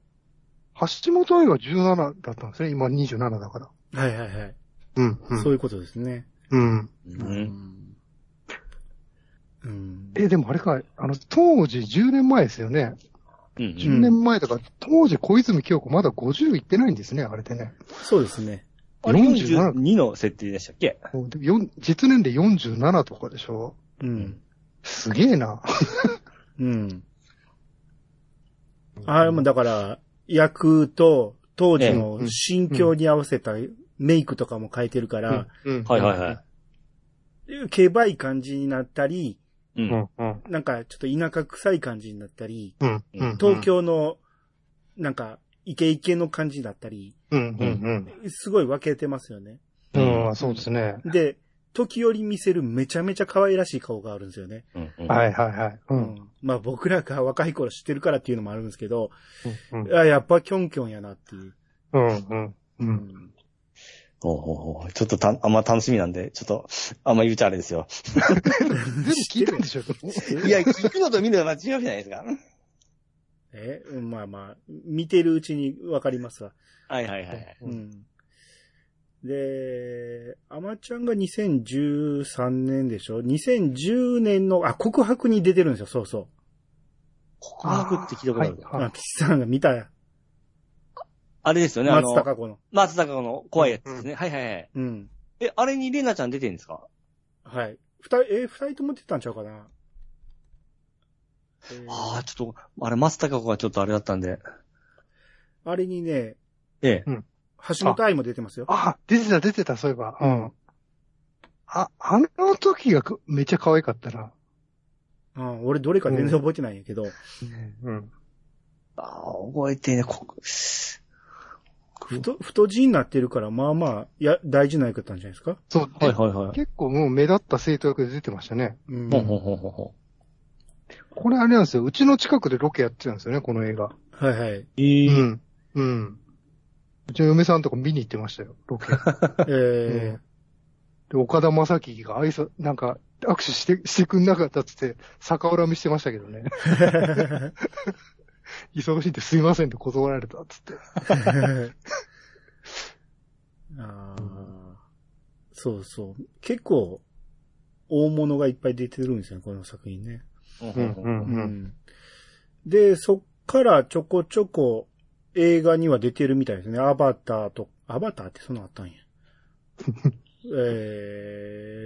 Speaker 3: 橋本愛は17だったんですね。今27だから。
Speaker 1: はいはいはい。
Speaker 3: うん、う。
Speaker 1: そうんいうことですね。
Speaker 3: うん。
Speaker 2: うん。
Speaker 1: うん。
Speaker 3: え、でもあれか、あの、当時10年前ですよね。
Speaker 2: うんうん
Speaker 1: う
Speaker 3: 10
Speaker 1: ん
Speaker 3: 年前だから、当時小泉京子まだ50いってないんですね、あれでね。
Speaker 1: そうですね。
Speaker 2: あれ
Speaker 3: 47
Speaker 2: 42の設定でしたっけ
Speaker 3: もうでよん実年で47とかでしょ。
Speaker 1: うん。
Speaker 3: すげえな。
Speaker 1: うん。あれもだから、役と当時の心境に合わせたメイクとかも変えてるから、
Speaker 3: うん
Speaker 2: はいはいはい。
Speaker 1: けばい感じになったり、
Speaker 2: う。
Speaker 3: うんんうん
Speaker 1: なんかちょっと田舎臭い感じになったり、
Speaker 3: うんうん。
Speaker 1: 東。京の、なんか、イケイケの感じだったり、
Speaker 3: うんうん
Speaker 1: すごい分けてますよね。
Speaker 3: うん。うん、そうですね。
Speaker 1: で、時折見せるめちゃめちゃ可愛らしい顔があるんですよね。
Speaker 2: うんうん
Speaker 3: はいはいはい。う。
Speaker 1: うんまあ僕らが若い頃知ってるからっていうのもあるんですけど、
Speaker 3: うん
Speaker 1: あやっぱキョンキョンやなっていう。
Speaker 3: うんうん。う。
Speaker 1: うんん
Speaker 2: ほうほうほうちょっとたん、あんま楽しみなんで、ちょっと、あんま言うちゃあれですよ。
Speaker 3: 全部聞いたんで しょ
Speaker 2: いや、聞くのと見るのは違うじゃないですか。
Speaker 1: え、うんまあまあ、見てるうちに分かりますわ。
Speaker 2: はいはいはい。
Speaker 1: うんで、アマちゃんが2013年でしょ ?2010 年の、あ、告白に出てるんですよ、そうそう。
Speaker 2: 告白って聞いたことある。
Speaker 3: はいは
Speaker 1: あ、
Speaker 3: い
Speaker 1: 岸さんが見た
Speaker 2: あれですよね、あの
Speaker 1: 松、たか子の。
Speaker 2: 松坂の怖いやつですね。はいはいはい。
Speaker 1: うん。
Speaker 2: え、あれにレナちゃん出てるんですか
Speaker 1: はい。二人、えー、二人とも出てたんちゃうかな、えー
Speaker 2: ああ、ちょっと、あれ、松坂子がちょっとあれだったんで。
Speaker 1: あれにね、
Speaker 2: ええ。
Speaker 1: 橋本愛も出てますよ。
Speaker 3: あ、出てた出てた、そういえば。うん。あ、あの時がくめっちゃ可愛かったな。
Speaker 1: うん、俺どれか全然覚えてないんやけど。
Speaker 3: うん。
Speaker 2: ああ、覚えてね、こ、
Speaker 1: 太、太字になってるから、まあまあ、や、大事な役だったんじゃないですか
Speaker 3: そう、
Speaker 2: はい
Speaker 3: で
Speaker 2: はいはい。
Speaker 3: 結構もう目立った生徒役で出てましたね。
Speaker 1: うん。
Speaker 2: ほうほうほうほうほ
Speaker 3: これあれなんですよ。うちの近くでロケやってたんですよね、この映画。
Speaker 1: はいはい。
Speaker 2: う。ええ。
Speaker 3: うん。うん。うちの嫁さんとか見に行ってましたよ、ロケ。
Speaker 1: えー
Speaker 3: で、岡田正樹が挨拶、なんか、握手して、 してくんなかったっつって、逆恨みしてましたけどね。 忙しいんですいませんって断られたっつって。
Speaker 1: あーそうそう。結構、大物がいっぱい出てるんですよね、この作品ね。
Speaker 3: うん
Speaker 1: で、そっからちょこちょこ映画には出てるみたいですね。アバターと、アバターってそんなのあ ったんや。え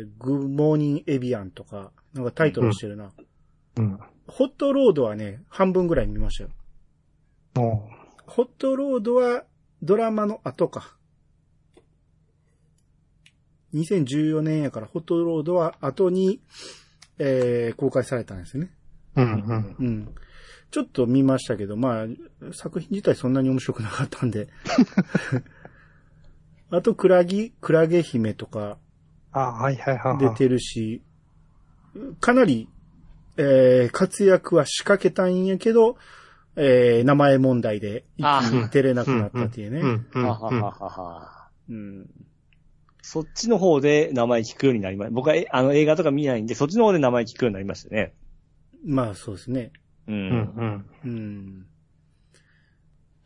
Speaker 1: ー、グッモーニングエビアンとか、なんかタイトルしてるな。
Speaker 3: うん。
Speaker 1: ホットロードはね、半分ぐらい見ましたよ。
Speaker 3: も
Speaker 1: ホットロードはドラマの後か。2014年やからホットロードは後に、えー公開されたんですよね。
Speaker 3: う。うんうん。
Speaker 1: うん。ちょっと見ましたけど、まあ、作品自体そんなに面白くなかったんで。 あと、クラギ、クラゲ姫とか
Speaker 3: あ、はいはいはいは
Speaker 1: 出
Speaker 3: い。
Speaker 1: てるし、かなり、えー活躍は仕掛けたんやけど、えー名前問題で一気に出れなくなったっていう
Speaker 3: う
Speaker 1: ね。
Speaker 3: んうん
Speaker 2: は
Speaker 3: うん
Speaker 2: はははは。
Speaker 1: うん。
Speaker 2: そっちの方で名前聞くようになりま僕はえあの映画とか見ないんで、そっちの方で名前聞くようになりましたね。
Speaker 1: まあ、そうですね。
Speaker 2: う。
Speaker 3: うんん
Speaker 1: うん。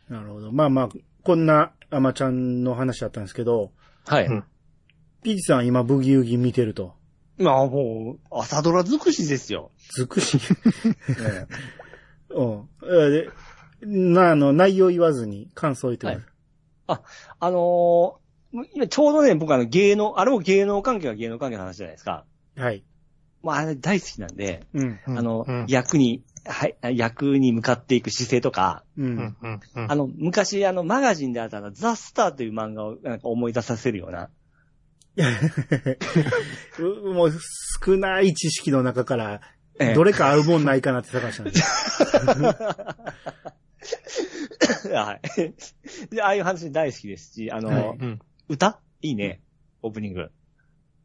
Speaker 1: なるほど。まあまあ、こんなアマちゃんの話だったんですけど、
Speaker 2: はい。
Speaker 3: うん
Speaker 1: ピジさん今ブギウギ見てると。
Speaker 2: まあもう、朝ドラ尽くしです よ。
Speaker 1: 尽くし。 うん。えーで、な、あの、内容言わずに感想言ってください。
Speaker 2: あのー今ちょうどね、僕あの芸能、あれも芸能関係は芸能関係の話じゃないですか。
Speaker 1: はい。
Speaker 2: まああれ大好きなんで、
Speaker 1: うん。
Speaker 3: うん。
Speaker 2: あの、
Speaker 3: うん
Speaker 2: 役に、はい、役に向かっていく姿勢とか、
Speaker 1: う
Speaker 3: うんん。うんうん
Speaker 2: あの、昔あのマガジンであったあのザ・スターという漫画をなんか思い出させるような。
Speaker 1: うもう、少ない知識の中から、
Speaker 2: ええ
Speaker 1: どれか合うもんないかなって探したんです。
Speaker 2: はい。で、ああいう話大好きですし、あの、
Speaker 1: はい
Speaker 3: うん
Speaker 2: 歌いいね。オープニング。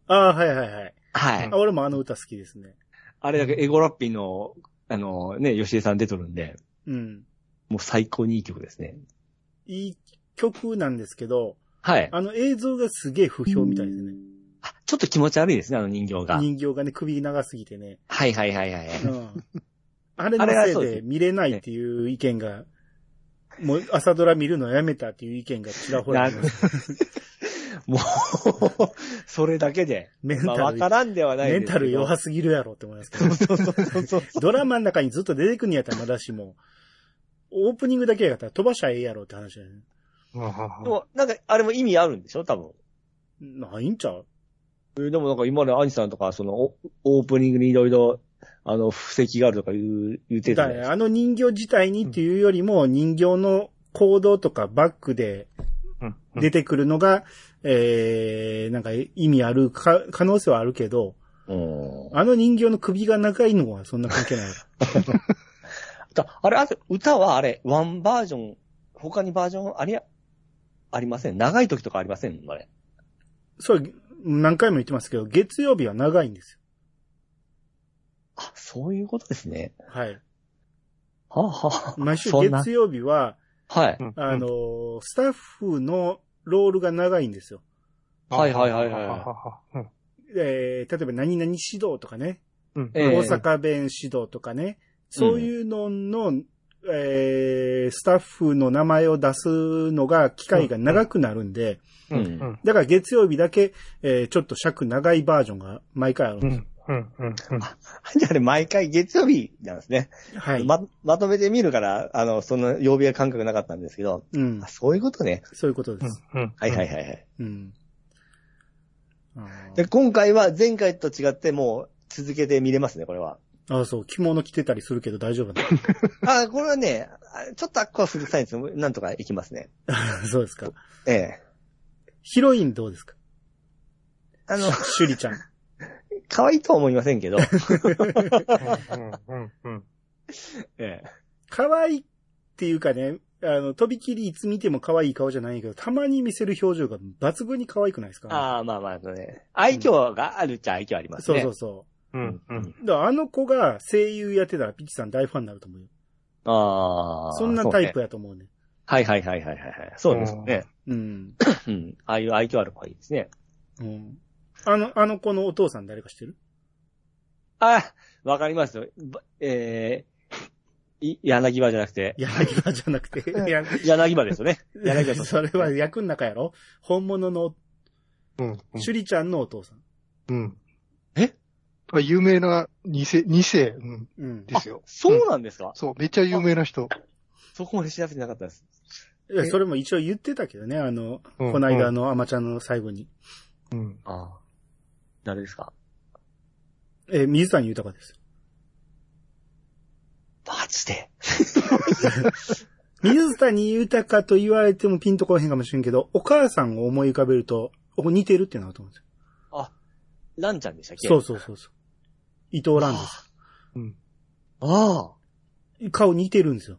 Speaker 1: ああー、はいはいはい。
Speaker 2: はい。
Speaker 1: あ俺もあの歌好きですね。
Speaker 2: あれだけエゴラッピーの、あのね、吉江さん出とるんで、
Speaker 1: うん。
Speaker 2: もう最高にいい曲ですね。
Speaker 1: いい曲なんですけど、
Speaker 2: はい。
Speaker 1: あの映像がすげえ不評みたいですね。
Speaker 2: あちょっと気持ち悪いですね、あの人形が。
Speaker 1: 人形がね、首長すぎてね。
Speaker 2: はいはいはいはい。
Speaker 1: うん。あれ
Speaker 2: あれは
Speaker 1: の
Speaker 2: そう
Speaker 1: せい
Speaker 2: で
Speaker 1: です見れないっていう意見が、もう朝ドラ見るのやめたっていう意見がちらほらあります。
Speaker 2: もう、 それだけで。
Speaker 1: メン
Speaker 2: まあ、
Speaker 1: タ
Speaker 2: わ
Speaker 1: ル、
Speaker 2: からんではない
Speaker 1: メンタル弱
Speaker 2: す
Speaker 1: すぎるやろって思いますけ
Speaker 2: け
Speaker 1: ど
Speaker 2: ど。。そうそうそうそう。
Speaker 1: ドラマの中にずっと出てくんやったらまだしも、オープニングだけやったら飛ばしゃええやろって話だよね。
Speaker 2: でも、なんか、あれも意味あるんでしょ多分。
Speaker 1: ないんちゃう
Speaker 2: えーでもなんか今までアニさんとか、そのオ、オープニングにいろいろ、あの、布石があるとか言う、言って
Speaker 1: だ
Speaker 2: た
Speaker 1: か
Speaker 2: じゃないです
Speaker 1: ら
Speaker 2: か
Speaker 1: あの人形自体にっていうよりも、人形の行動とかバックで出てくるのが、えー、なんか意味あるか、可能性はあるけど、
Speaker 2: うん。
Speaker 1: あの人形の首が長いのはそんな関 係ない。
Speaker 2: だあれ、あと、歌はあれ、ワンバージョン、他にバージョンありゃ、ありません。長い時とかありませんあれ。
Speaker 1: そう、何回も言ってますけど、月曜日は長いんです
Speaker 2: あ、そういうことですね。
Speaker 1: よ。はい。
Speaker 2: はあ、はあ、
Speaker 1: 毎週
Speaker 2: そんな
Speaker 1: 月曜日は、
Speaker 2: はい。
Speaker 1: あのー、スタッフのロールが長いんですよ。
Speaker 2: はいはいはいはい
Speaker 3: はい。
Speaker 1: えー例えば何々指導とかね、
Speaker 3: うん
Speaker 2: ええ
Speaker 1: 大阪弁指導とかね、そういうのの、えースタッフの名前を出すのが、機会が長くなるんで、
Speaker 3: うんうん
Speaker 1: だから月曜日だけ、えーちょっと尺長いバージョンが毎回あるん
Speaker 3: う
Speaker 1: です
Speaker 3: んうんうん
Speaker 2: じゃああれ、毎回月曜日なんですね。
Speaker 1: よ。はい。
Speaker 2: ま、まとめて見るから、あの、そんな曜日は感覚なかったんですけど。
Speaker 1: うん
Speaker 2: あ、。そういうことね。
Speaker 1: そういうことです。
Speaker 3: うん
Speaker 2: はいはいはいはい。
Speaker 1: うん。あ
Speaker 2: で、
Speaker 1: ー
Speaker 2: 今回は前回と違ってもう続けて見れますね、これは。
Speaker 1: あー、そう、着物着てたりするけど大丈夫な
Speaker 2: あ、これはね、あちょっとアッコは古臭いんですよ。なんとかいきますね。
Speaker 1: の そうですか。
Speaker 2: ええ。
Speaker 1: ヒロインどうですか
Speaker 2: あの、
Speaker 1: シュリちゃん。
Speaker 2: 可愛いとは思いませんけど。
Speaker 3: うんうん
Speaker 2: ええ。
Speaker 1: 可愛いっていうかね、あの、とびきりいつ見ても可愛い顔じゃないけど、たまに見せる表情が抜群に可愛くないですか、
Speaker 2: ああ、まあまあ、あのね。愛嬌があるっちゃ愛嬌あります
Speaker 1: そう
Speaker 2: ね。
Speaker 1: そう
Speaker 2: そ
Speaker 1: そう
Speaker 2: うん
Speaker 3: うん
Speaker 1: う。だからあの子が声優やってたらピッチさん大ファンになると思うよ。
Speaker 2: ああ。
Speaker 1: そんなタイプやと思うね。
Speaker 2: そうね。はいはいはいはいはいはい。そうですよね。
Speaker 1: うん。
Speaker 2: うん。ああいう愛嬌ある子はいいですね。
Speaker 1: うん。あの、あの子のお父さん誰か知ってる
Speaker 2: ああ、わかりますよ。ばええい、柳葉じゃなくて、
Speaker 1: 柳葉じゃなくて。
Speaker 3: うん
Speaker 1: いや
Speaker 2: 柳葉ですよね。柳葉
Speaker 1: それは役の中やろ本物の、
Speaker 3: うん
Speaker 1: シュリちゃんのお父さん。
Speaker 3: うん。え有名な二世、二世うん
Speaker 1: うん。
Speaker 3: ですよ。
Speaker 2: そうなんですか
Speaker 3: そう、めっちゃ有名な人。
Speaker 2: そこまで調べてなかったです。
Speaker 1: いやそれも一応言ってたけどね、あの、
Speaker 3: うん
Speaker 1: この間のアマちゃんの最後に。
Speaker 3: うん。
Speaker 2: ああ。誰ですか
Speaker 1: えー、水谷豊です。
Speaker 2: マジで。
Speaker 1: 水谷豊と言われてもピンとこへんかもしれんけど、お母さんを思い浮かべると、お似てるってなると思うんですよ。
Speaker 2: あ、ランちゃんでしたっけ。
Speaker 1: そううそうそうそう。伊藤蘭で
Speaker 3: うん。
Speaker 2: あ
Speaker 1: す。顔似てるんですよ。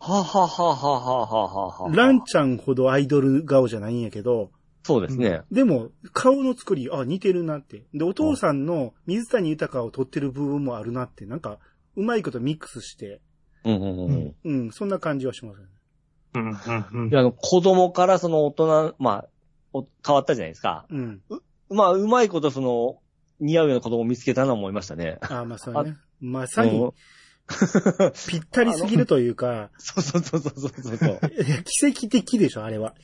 Speaker 2: あ。はあ、はあはあはあはあはあはあ。
Speaker 1: ランちゃんほどアイドル顔じゃないんやけど、
Speaker 2: そうですね。
Speaker 1: でも、顔の作り、あ、似てるなって。で、お父さんの水谷豊を撮ってる部分もあるなって、なんか、うまいことミックスして、
Speaker 2: うんうんうん。
Speaker 3: うん
Speaker 2: い
Speaker 1: うん、そんな感じはしますね。
Speaker 3: うんうん
Speaker 2: や、あの、子供からその大人、まあ、お変わったじゃないですか。
Speaker 1: うん。
Speaker 2: まあ、うまいことその、似合うような子供を見つけたなと思いましたね。
Speaker 1: あ、まあ、そうね。まさに
Speaker 2: う、ん
Speaker 1: ぴったりすぎるというか、
Speaker 2: そうそうそうそうそうそう。
Speaker 1: いや奇跡的でしょ、あれは。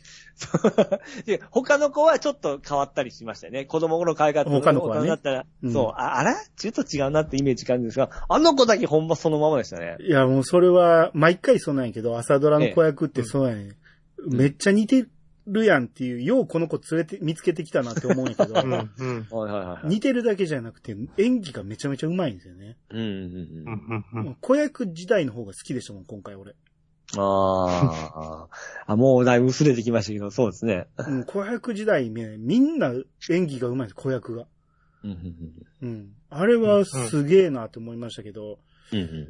Speaker 2: で、他の子はちょっと変わったりしましたよね。子供頃可愛かった
Speaker 1: 他の子はね
Speaker 2: 大人だったら、
Speaker 1: うん
Speaker 2: そう、ああらちょっと違うなってイメージ感じるんですが、あの子だけほんまそのままでしたね。
Speaker 1: いや、もうそれは、毎回そうなんやけど、朝ドラの子役ってそうやねん。
Speaker 2: うん
Speaker 1: めっちゃ似てるやんっていう、ようこの子連れて、見つけてきたなって思うんやけど、
Speaker 3: うんうん
Speaker 2: はいはいはいはい。
Speaker 1: 似てるだけじゃなくて、演技がめちゃめちゃうまいんですよね。
Speaker 2: うんうん
Speaker 3: う
Speaker 2: うん。
Speaker 3: んうん
Speaker 1: 子役時代の方が好きでしたもん、今回俺。
Speaker 2: あーあ。もうだいぶ薄れてきましたけど、そうですね。
Speaker 1: うん、 子役時代ね、みんな演技がうまいです、子役が。
Speaker 2: うんうん
Speaker 1: うん。あれはすげえなと思いましたけど、
Speaker 2: うんうんうん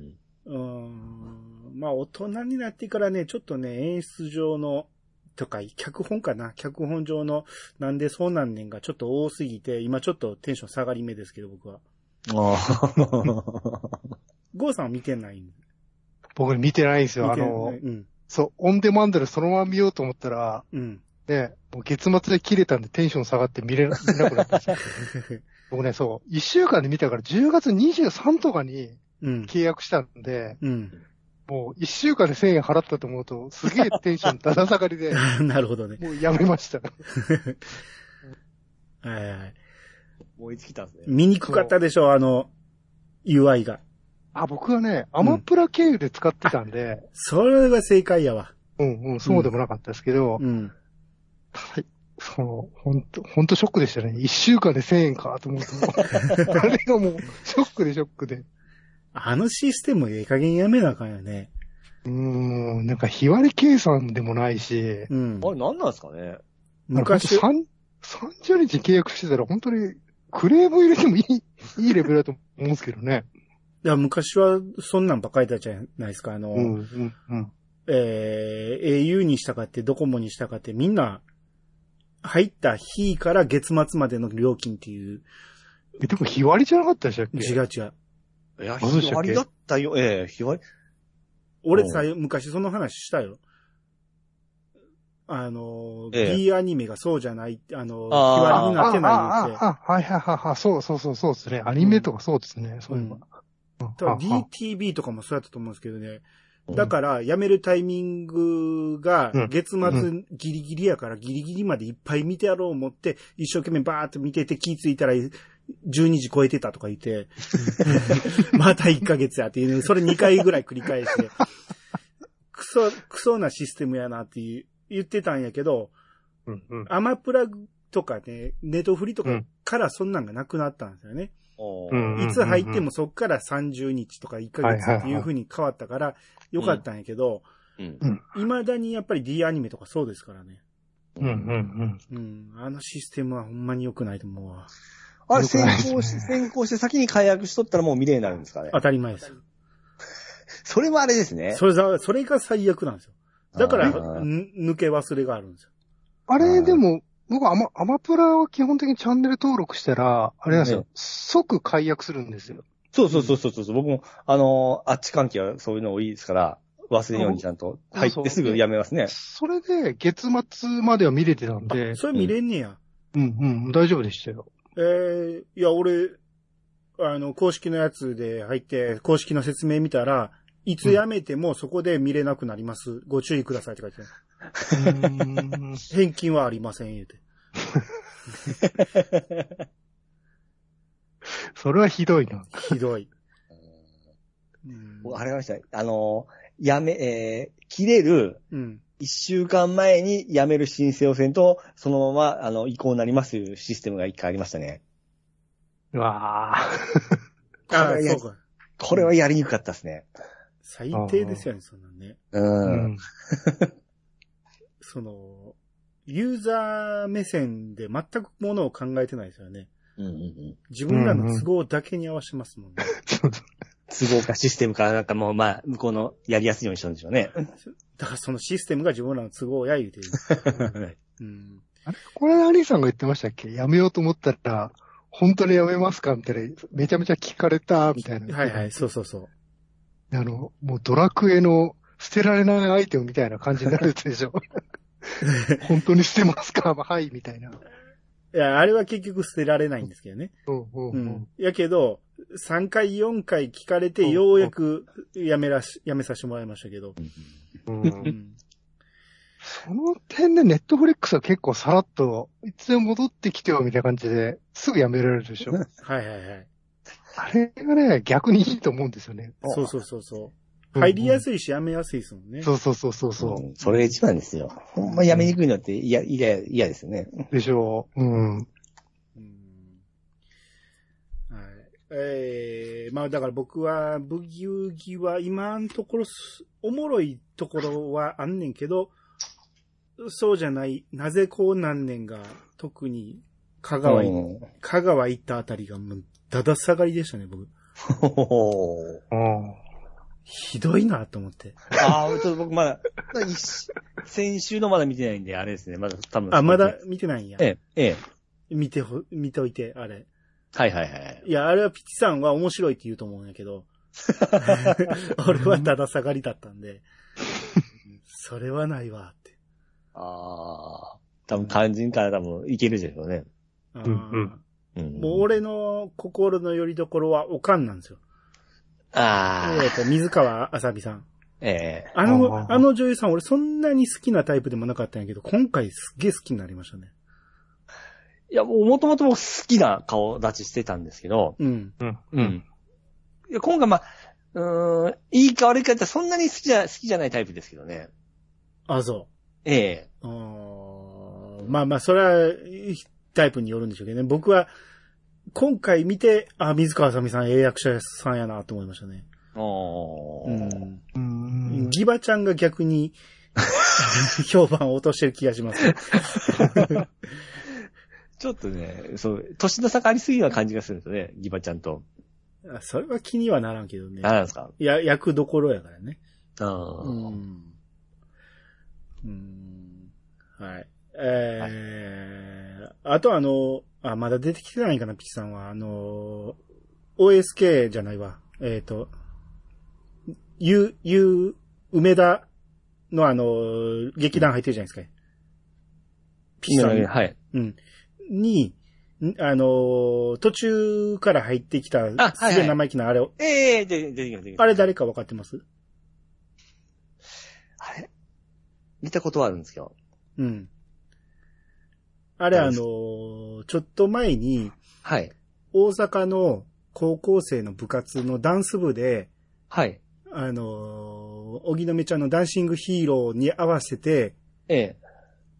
Speaker 1: うーんまあ、大人になってからね、ちょっとね、演出上の、とか、脚本かな脚本上の、なんでそうなんねんがちょっと多すぎて、今ちょっとテンション下がり目ですけど、僕は。
Speaker 2: あー
Speaker 1: ゴーさんは見てないん
Speaker 3: 僕見てないんです
Speaker 1: 見
Speaker 3: よ。あ
Speaker 1: てない
Speaker 3: の、
Speaker 1: うん。
Speaker 3: そう、オンデマンドでそのまま見ようと思ったら、
Speaker 1: うん。
Speaker 3: ね、もう月末で切れたんでテンション下がって見れな見なくなったん ですよ。僕ね、そう、一週間で見たから10月23とかに
Speaker 1: うん。
Speaker 3: 契約したんで、
Speaker 1: うん。
Speaker 3: もう一週間で1000円払った と思うと、すげえテンションだだ下がりで、
Speaker 1: なるほどね。
Speaker 3: もうやめました。
Speaker 1: はいはい。
Speaker 2: 燃え尽きたんですね。
Speaker 1: 見にくかったでしょ、あの、UI が。
Speaker 3: あ、僕はね、アマプラ経由で使ってたんで、
Speaker 1: それが正解やわ。
Speaker 3: うん、うん、そうでもなかったですけど、
Speaker 1: うん。
Speaker 3: はい。その、ほんと、ほんとショックでしたね。一週間で1000円かと思う と、あれがもう、ショックでショックで。
Speaker 1: あのシステムええ加減やめなあかんよね。
Speaker 3: うーん、なんか日割り計算でもないし、
Speaker 1: うん。
Speaker 2: あれ何なんですかね
Speaker 1: 昔、
Speaker 3: ほんとさん30日契約してたら本当にクレーム入れてもい い、いいレベルだと思うんですけどね。
Speaker 1: いや昔はそんなんばっかりだったじゃないですか。あの、
Speaker 3: うん、うん、うん。
Speaker 1: えー、au にしたかって、ドコモにしたかって、みんな、入った日から月末までの料金っていう、
Speaker 3: え、でも日割りじゃなかったでしたっけ
Speaker 1: 違う違う。
Speaker 2: いや、
Speaker 3: そうでし
Speaker 2: 日
Speaker 3: たっ
Speaker 2: 割
Speaker 3: け
Speaker 2: りだったよ。ええ日割
Speaker 1: 俺さ、昔その話したよ。あの、
Speaker 2: ええ
Speaker 1: B アニメがそうじゃない、あの、日
Speaker 2: あー
Speaker 1: 割りに
Speaker 3: あ
Speaker 1: なってないのって。
Speaker 3: あ、あ、はいはいはいはい、そうそうそう、そうですね。アニメとかそうですね、そういえば。
Speaker 1: 多分
Speaker 3: ああ
Speaker 1: DTV とかもそうやったと思うんですけどね。
Speaker 2: うん
Speaker 1: だから、辞めるタイミングが
Speaker 3: うん、
Speaker 1: 月
Speaker 3: う
Speaker 1: 末ギリギリやから、ギリギリまでいっぱい見てやろう思って、一生懸命バーっと見てて気づいたら、12時超えてたとか言って、 また1ヶ月やっていう、それ2回ぐらい繰り返して、 クソ、クソなシステムやなっていう言ってたんやけど、
Speaker 3: うんうん
Speaker 1: アマプラとかね、ネトフリと
Speaker 3: う
Speaker 1: か
Speaker 3: ん
Speaker 1: からそんなんがなくなったんですよね。
Speaker 2: り。
Speaker 3: うんうん
Speaker 1: いつ入ってもそっから30日とか1ヶ月っていう風に変わったから、よかったんやけど、
Speaker 2: うん。
Speaker 1: 未だにやっぱり D アニメとかそうですからね。
Speaker 3: うんうんうん。
Speaker 1: うん。あのシステムはほんまに良くないと思うわ。
Speaker 2: あれ、
Speaker 3: よくないです
Speaker 2: 先
Speaker 3: ね
Speaker 2: 行して、先行して先に解約しとったらもう未練になるんですかね。
Speaker 1: 当たり前ですよ。
Speaker 2: それはあれですね。
Speaker 1: それが、それが最悪なんですよ。だから、
Speaker 2: あ
Speaker 1: ん
Speaker 2: ー
Speaker 1: 抜け忘れがあるんですよ。
Speaker 3: あ
Speaker 2: は
Speaker 3: れ、
Speaker 2: い
Speaker 3: でも、僕アマ、アマプラは基本的にチャンネル登録したら、あれなんですよ、
Speaker 2: ね
Speaker 3: 即解約するんですよ。
Speaker 2: そうそうそうそうそう。僕も、あのーあっち関係はそういうの多いですから、忘れんようにちゃんと入ってすぐやめますね。
Speaker 3: それで、月末までは見れてたんで、
Speaker 1: それ見れんねや。
Speaker 3: うんうん、大丈夫でしたよ。
Speaker 1: えー、いや、俺、あの、公式のやつで入って、公式の説明見たら、いつやめてもそこで見れなくなります。ご注意くださいって書いてある。
Speaker 3: うーん
Speaker 1: 返金はありません、言うて。
Speaker 3: それはひどいな。
Speaker 1: ひどい。
Speaker 2: 僕あれましたね。あのーやめ、えー切れる
Speaker 1: うん。
Speaker 2: 1週間前にやめる申請をせんと、そのまま、あの、移行になりますというシステムが一回ありましたね。
Speaker 3: うわあ。
Speaker 1: ああ、
Speaker 2: い
Speaker 1: そ
Speaker 2: や
Speaker 1: うか。
Speaker 2: これはやりにくかったですね。
Speaker 1: 最低ですよね、そんなんね。
Speaker 2: う
Speaker 3: う
Speaker 2: ん。
Speaker 3: ん。
Speaker 1: その、ユーザー目線で全くものを考えてないですよね。
Speaker 2: うんうんうん
Speaker 1: 自分らの都合だけに合わせますもんね。
Speaker 3: そうそう
Speaker 2: 都合かシステムかなんかもう、まあ、向こうのやりやすいようにしたんでしょうね。
Speaker 1: だからそのシステムが自分らの都合や言うてる。うん。
Speaker 3: あれこれ、アリーさんが言ってましたっけやめようと思ったら、本当にやめますかみたいな、めちゃめちゃ聞かれた、みたいな。
Speaker 1: はいはい、そうそうそう。
Speaker 3: あの、もうドラクエの捨てられないアイテムみたいな感じになるやつで しょ。本当に捨てますかまあはい、みたいな。
Speaker 1: いや、あれは結局捨てられないんですけどね。
Speaker 3: うんうん
Speaker 1: う
Speaker 3: うん
Speaker 1: ん。やけど、3回4回聞かれて、ようやくやめらし、やめさせてもらいましたけど。
Speaker 3: うん
Speaker 1: うん
Speaker 3: その点でネットフリックスは結構さらっと、いつでも戻ってきてよみたいな感じで、すぐやめられるで しょ。
Speaker 1: はいはいはい。
Speaker 3: あれがね、逆にいいと思うんですよね。
Speaker 1: そうそうそうそう。入りや
Speaker 3: い。
Speaker 1: すいし、やめやすいですもんね。
Speaker 3: そうそうそうそうそ
Speaker 2: うんそれが一番ですよ。ほんまやめにくいのって嫌、嫌、嫌ですよね。
Speaker 3: う。でしょう。う
Speaker 1: う
Speaker 3: ん。
Speaker 1: んはい。えー、まあだから僕は、ブギウギは今のところす、おもろいところはあんねんけど、そうじゃない、なぜこうなんねんが、特に、香川い、
Speaker 2: うん
Speaker 1: 香川行ったあたりがもう、だだ下がりでしたね、僕。
Speaker 2: ほほほ
Speaker 3: うん
Speaker 1: ひどいなと思って。
Speaker 2: ああ、ちょっと僕まだ、まだ一週先週のまだ見てないんで、あれですね。まだ多分。
Speaker 1: あ、まだ。見てないんや
Speaker 2: え。え、ええ。
Speaker 1: 見てほ、見といて、あれ。
Speaker 2: はいはいはい。
Speaker 1: いや、あれはピチさんは面白いって言うと思うんやけ ど、俺はただ下がりだったんで、それはないわって。
Speaker 2: ああ。多分肝心から多分いけるでしょうね。
Speaker 1: あー
Speaker 3: うんうん
Speaker 2: うん。
Speaker 1: もう俺の心の拠り所はおかんなんですよ。
Speaker 2: あ
Speaker 1: えっと、水川あさみさん。
Speaker 2: あ。え
Speaker 1: あ
Speaker 3: あ
Speaker 1: の、
Speaker 3: ー
Speaker 1: あの女優さん俺そんなに好きなタイプでもなかったんやけど、今回すっげえ好きになりましたね。
Speaker 2: いや、もう元々僕好きな顔立ちしてたんですけど、
Speaker 1: うん。
Speaker 4: うん。うん。
Speaker 2: いや今回まあ、うーん、いいか悪いかってそんなに好きじゃ、好きじゃないタイプですけどね。
Speaker 1: あ、そ
Speaker 2: ええ
Speaker 1: う。あーまあまあ、それは、タイプによるんでしょうけどね。僕は、今回見て、あ、水川あさみさん、英役者さんやなと思いましたね。
Speaker 2: お
Speaker 1: う
Speaker 2: ー
Speaker 1: ん。
Speaker 3: うん。
Speaker 1: ギバちゃんが逆に、評判を落としてる気がし ます。
Speaker 2: ちょっとね、そう、年の差がありすぎな感じがするんですよね、ギバちゃんと。
Speaker 1: あそれは気にはならんけどね。
Speaker 2: あ、なんですか
Speaker 1: いや、役どころやからね。
Speaker 2: う。
Speaker 1: うんん。うん。はい。えー、あとあの、あ、まだ出てきてないかな、ピチさんは。あの、OSK じゃないわ。えっ、と、ゆ、ゆ、梅田のあの、劇団入ってるじゃないですか。ピチさん。
Speaker 2: はい。
Speaker 1: うん。に、んあの、途中から入ってきた、
Speaker 2: あはい
Speaker 1: すげえ生意気なあれ、
Speaker 2: ええで、出てきます、出てきます
Speaker 1: あれ誰か分かってます
Speaker 2: あれ見たことはあるんですけど。
Speaker 1: うん。あれ、あ
Speaker 2: 誰
Speaker 1: の
Speaker 2: です
Speaker 1: ーちょっと前に、
Speaker 2: はい。
Speaker 1: 大阪の高校生の部活のダンス部で、
Speaker 2: はい。
Speaker 1: あのー、荻野目ちゃんのダンシングヒーローに合わせて、
Speaker 2: ええ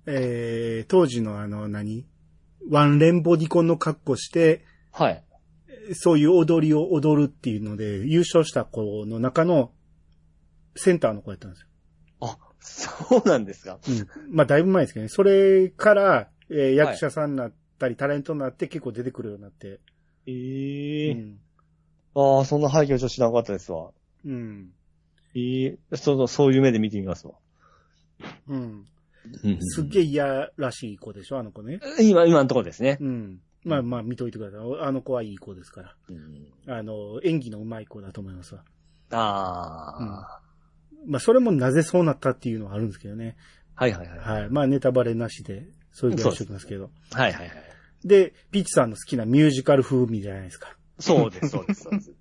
Speaker 1: えー、当時のあの、何ワンレンボディコンの格好して、
Speaker 2: はい。
Speaker 1: そういう踊りを踊るっていうので、優勝した子の中の、センターの子やったんですよ。
Speaker 2: あ、そうなんですか。
Speaker 1: うん。まあ、だいぶ前ですけどね。それから、えー役者さんになったり、タレントになって結構出てくるようになって。
Speaker 2: え
Speaker 1: う
Speaker 2: え
Speaker 1: ん
Speaker 2: ああ、そんな廃墟ちょっと知らなかったですわ。
Speaker 1: うん。
Speaker 2: ええその、そういう目で見てみますわ。
Speaker 1: うん。
Speaker 2: うん
Speaker 1: すっげえ嫌らしい子でしょ、あの子ね。
Speaker 2: 今、今のところですね。
Speaker 1: うん。まあまあ見といてください。あの子はいい子ですから。
Speaker 2: うん
Speaker 1: あの、演技の上手い子だと思いますわ。
Speaker 2: ああ、
Speaker 1: まあそれもなぜそうなったっていうのはあるんですけどね。
Speaker 2: はいはいはい。はい
Speaker 1: はい。まあネタバレなしで、それぐらいしときますけど。
Speaker 2: はいはい。
Speaker 1: で、ピッチさんの好きなミュージカル風味じゃないですか。
Speaker 2: そうです、そうです、そうです。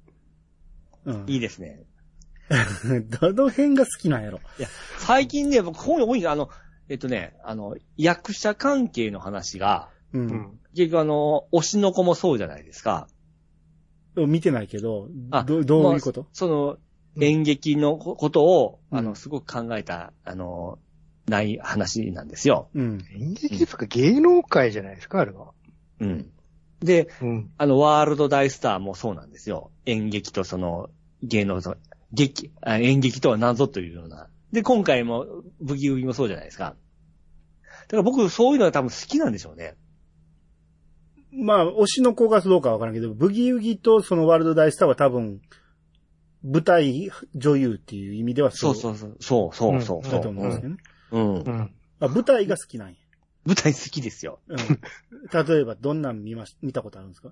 Speaker 1: うん。
Speaker 2: いいですね。
Speaker 1: どの辺が好きなんやろ。
Speaker 2: 最近ね、僕、本多いんですあの、えっとね、あの、役者関係の話が、
Speaker 1: う。
Speaker 4: うんん。
Speaker 2: 結局あの、推しの子もそうじゃないですか。
Speaker 1: 見てないけど、
Speaker 2: あ
Speaker 1: どどういうこと、
Speaker 2: その、演劇のこことを、
Speaker 1: うん
Speaker 2: あの、すごく考えた、あの、ない話なんですよ。
Speaker 1: うん。
Speaker 3: 演劇ですか芸能界じゃないですかあれは。
Speaker 2: うん。で、
Speaker 3: うん。
Speaker 2: あの、ワールド大スターもそうなんですよ。演劇とその、芸能と、劇、あ演劇とは何ぞというような。で、今回も、ブギウギもそうじゃないですか。だから僕、そういうのが多分好きなんでしょうね。
Speaker 1: まあ、推しの子がどうかわからんけど、ブギウギとそのワールド大スターは多分、舞台女優っていう意味では
Speaker 2: そう
Speaker 1: う
Speaker 2: そうそう。そうそうそう
Speaker 1: だ
Speaker 2: そ
Speaker 1: と
Speaker 2: う。
Speaker 1: 思うんですけどね。
Speaker 2: うん。
Speaker 4: う
Speaker 2: うん
Speaker 4: ん。
Speaker 1: あ舞台が好きなんや。
Speaker 2: 舞台好きですよ。
Speaker 1: うん、例えば、どんなん見まし、見たことあるんですか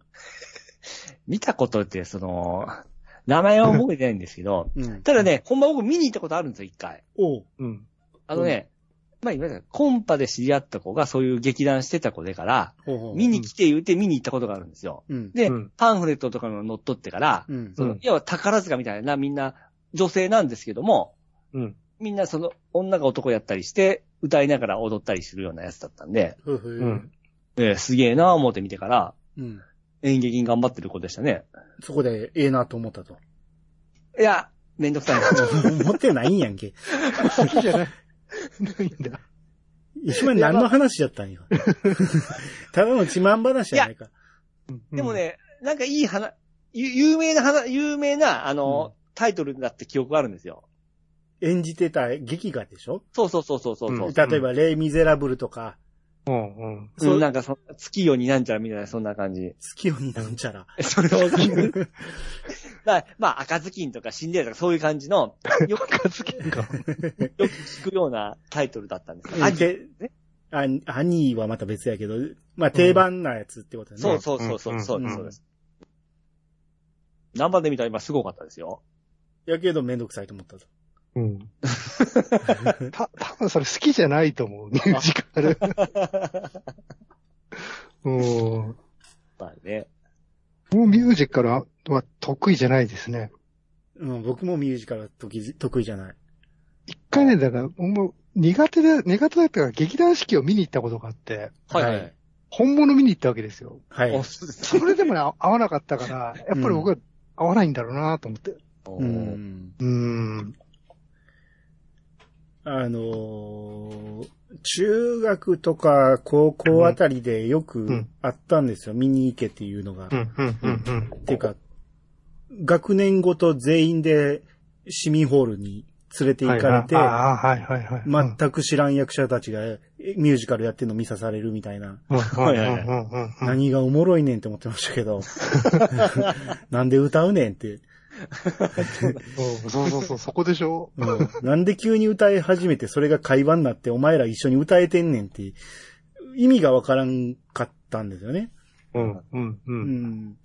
Speaker 2: 見たことって、その、名前は覚えてないんですけど、
Speaker 1: うん。
Speaker 2: ただね、ほんま僕見に行ったことあるんですよ、一回。
Speaker 1: おう。
Speaker 4: うん。
Speaker 2: あのね、まあ、いわゆるコンパで知り合った子がそういう劇団してた子でから、
Speaker 1: ほうほう。
Speaker 2: 見に来て言うて見に行ったことがあるんですよ。
Speaker 1: うん。
Speaker 2: で、
Speaker 4: うん
Speaker 2: パンフレットとかの乗っ取ってから、
Speaker 1: うん。
Speaker 2: その
Speaker 4: うん
Speaker 2: いや、宝塚みたいな、みんな女性なんですけども、
Speaker 4: うん。
Speaker 2: みんなその女が男やったりして、歌いながら踊ったりするようなやつだったんで、
Speaker 1: ふうふう。
Speaker 4: うん。
Speaker 2: えーすげえなぁ思って見てから、
Speaker 1: うん
Speaker 2: 演劇に頑張ってる子でしたね。
Speaker 1: そこで、ええなと思ったと。
Speaker 2: いや、めんどくさいな。
Speaker 1: 思ってないんやんけ。
Speaker 3: 好きじゃない。ないんだ。
Speaker 1: 一番何の話やったんよ。ただの自慢話じゃないか。
Speaker 2: でもね、なんかいい話、ゆ有名な話、有名な、あの、タイトルだって記憶があるんですよ。
Speaker 1: 演じてた劇画でしょ
Speaker 2: そうそうそうそうそう。
Speaker 4: うん
Speaker 1: 例えば、レイ・ミゼラブルとか、
Speaker 4: うん。うん。
Speaker 2: そ、
Speaker 1: そううん
Speaker 2: なんかそ、月夜になんちゃらみたいな、そんな感じ。
Speaker 1: 月夜になんちゃら。
Speaker 2: それを、 まあ、まあ、赤ずきんとかシンデレラとかそういう感じの、よく、
Speaker 4: 片付けか。
Speaker 2: よく聞くようなタイトルだったんですよ。
Speaker 1: あ、
Speaker 2: あ
Speaker 1: で、あ、アニーはまた別やけど、まあ定番なやつってことね。
Speaker 2: そうそうそうそう、そうです、そうです。生で見たら今すごかったですよ。
Speaker 1: やけどめんどくさいと思ったと。
Speaker 4: うん。
Speaker 3: た、多分それ好きじゃないと思う。ミュージカル。うん。
Speaker 2: まあね。
Speaker 3: もうミュージカルはは得意じゃないですね。
Speaker 1: うん、僕もミュージカルは得意得意じゃない。
Speaker 3: 一回ね、だから、もう苦手で、苦手だったから劇団四季を見に行ったことがあって、
Speaker 2: はい、は
Speaker 1: はい
Speaker 2: い。
Speaker 3: 本物見に行ったわけですよ。
Speaker 1: はい。
Speaker 2: お
Speaker 1: う
Speaker 2: す
Speaker 3: それ でもね、あ合わなかったから、やっぱり僕は合わないんだろうなと思って。
Speaker 2: おー
Speaker 1: ん。
Speaker 3: うーん。
Speaker 1: あのー中学とか高校あたりでよ
Speaker 3: う
Speaker 1: く
Speaker 3: ん
Speaker 1: あったんですよ。見に行けっていうのが。
Speaker 4: うん、うん、うん、うん。
Speaker 1: っていうか、学年ごと全員で市民ホールに連れて行かれて、
Speaker 3: ああ、はいはいはい。
Speaker 1: 全く知らん役者たちがえミュージカルやってるの見さされるみたいな。
Speaker 4: うん、はい、はい、はい。
Speaker 1: 何がおもろいねんって思ってましたけど。 なんで歌うねんって。
Speaker 3: そうそうそうそう、そこでしょ。
Speaker 1: うんなんで急に歌い始めてそれが会話になってお前ら一緒に歌えてんねんって意味がわからんかったんですよね。
Speaker 4: うん、うん、う。
Speaker 1: うんん。だか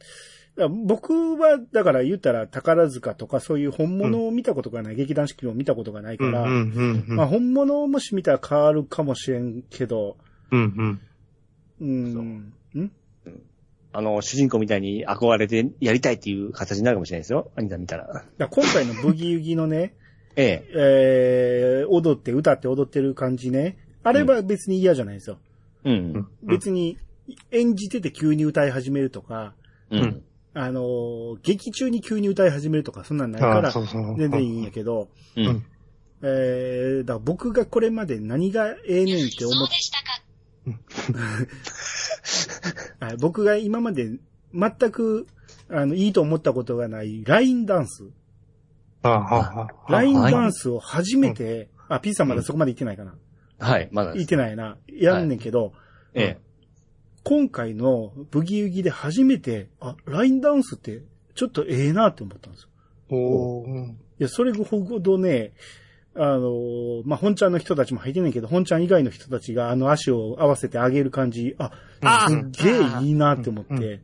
Speaker 1: ら僕は、だから言ったら宝塚とかそういう本物を見たことがない、劇団四季を見たことがないか
Speaker 4: うん、う
Speaker 1: ら、
Speaker 4: ん、うん。
Speaker 1: まあ本物をもし見たら変わるかもしれんけど、
Speaker 4: うん、
Speaker 1: うん。ん
Speaker 2: あの、主人公みたいに憧れてやりたいっていう形になるかもしれないですよ。兄さん見たら。
Speaker 1: だから今回のブギウギのね、
Speaker 2: え
Speaker 1: えー、踊って歌って踊ってる感じね、あれは別に嫌じゃないですよ。
Speaker 2: え。うん。
Speaker 4: うん。
Speaker 1: 別に演じてて急に歌い始めるとか、
Speaker 2: うんん。
Speaker 1: あのー劇中に急に歌い始めるとかそんなんないか
Speaker 3: あ
Speaker 1: ら
Speaker 3: そうそう
Speaker 1: 全然いいんやけど、
Speaker 2: うん。
Speaker 4: うん
Speaker 1: えー、だから僕がこれまで何がええねんって思っ
Speaker 5: そうでしたか。
Speaker 1: あ僕が今まで全く、あの、いいと思ったことがないラインダンス。
Speaker 4: ああ、はあ、
Speaker 1: ライン
Speaker 2: はい
Speaker 1: ダンスを初めて、あ、P さんまだそこまで行ってないかな。
Speaker 2: はい、まだで
Speaker 1: 行っ
Speaker 2: す。
Speaker 1: てないな。やんねんけど、
Speaker 2: ええ。
Speaker 1: 今回のブギウギで初めて、あ、ラインダンスってちょっとええなって思ったんですよ。
Speaker 3: おー
Speaker 1: いや、それほどね、あのーまあ、本ちゃんの人たちも入ってないけど、本ちゃん以外の人たちがあの足を合わせて上げる感じ、あ、
Speaker 4: あ
Speaker 1: すっげえいいなって思って、
Speaker 3: うんう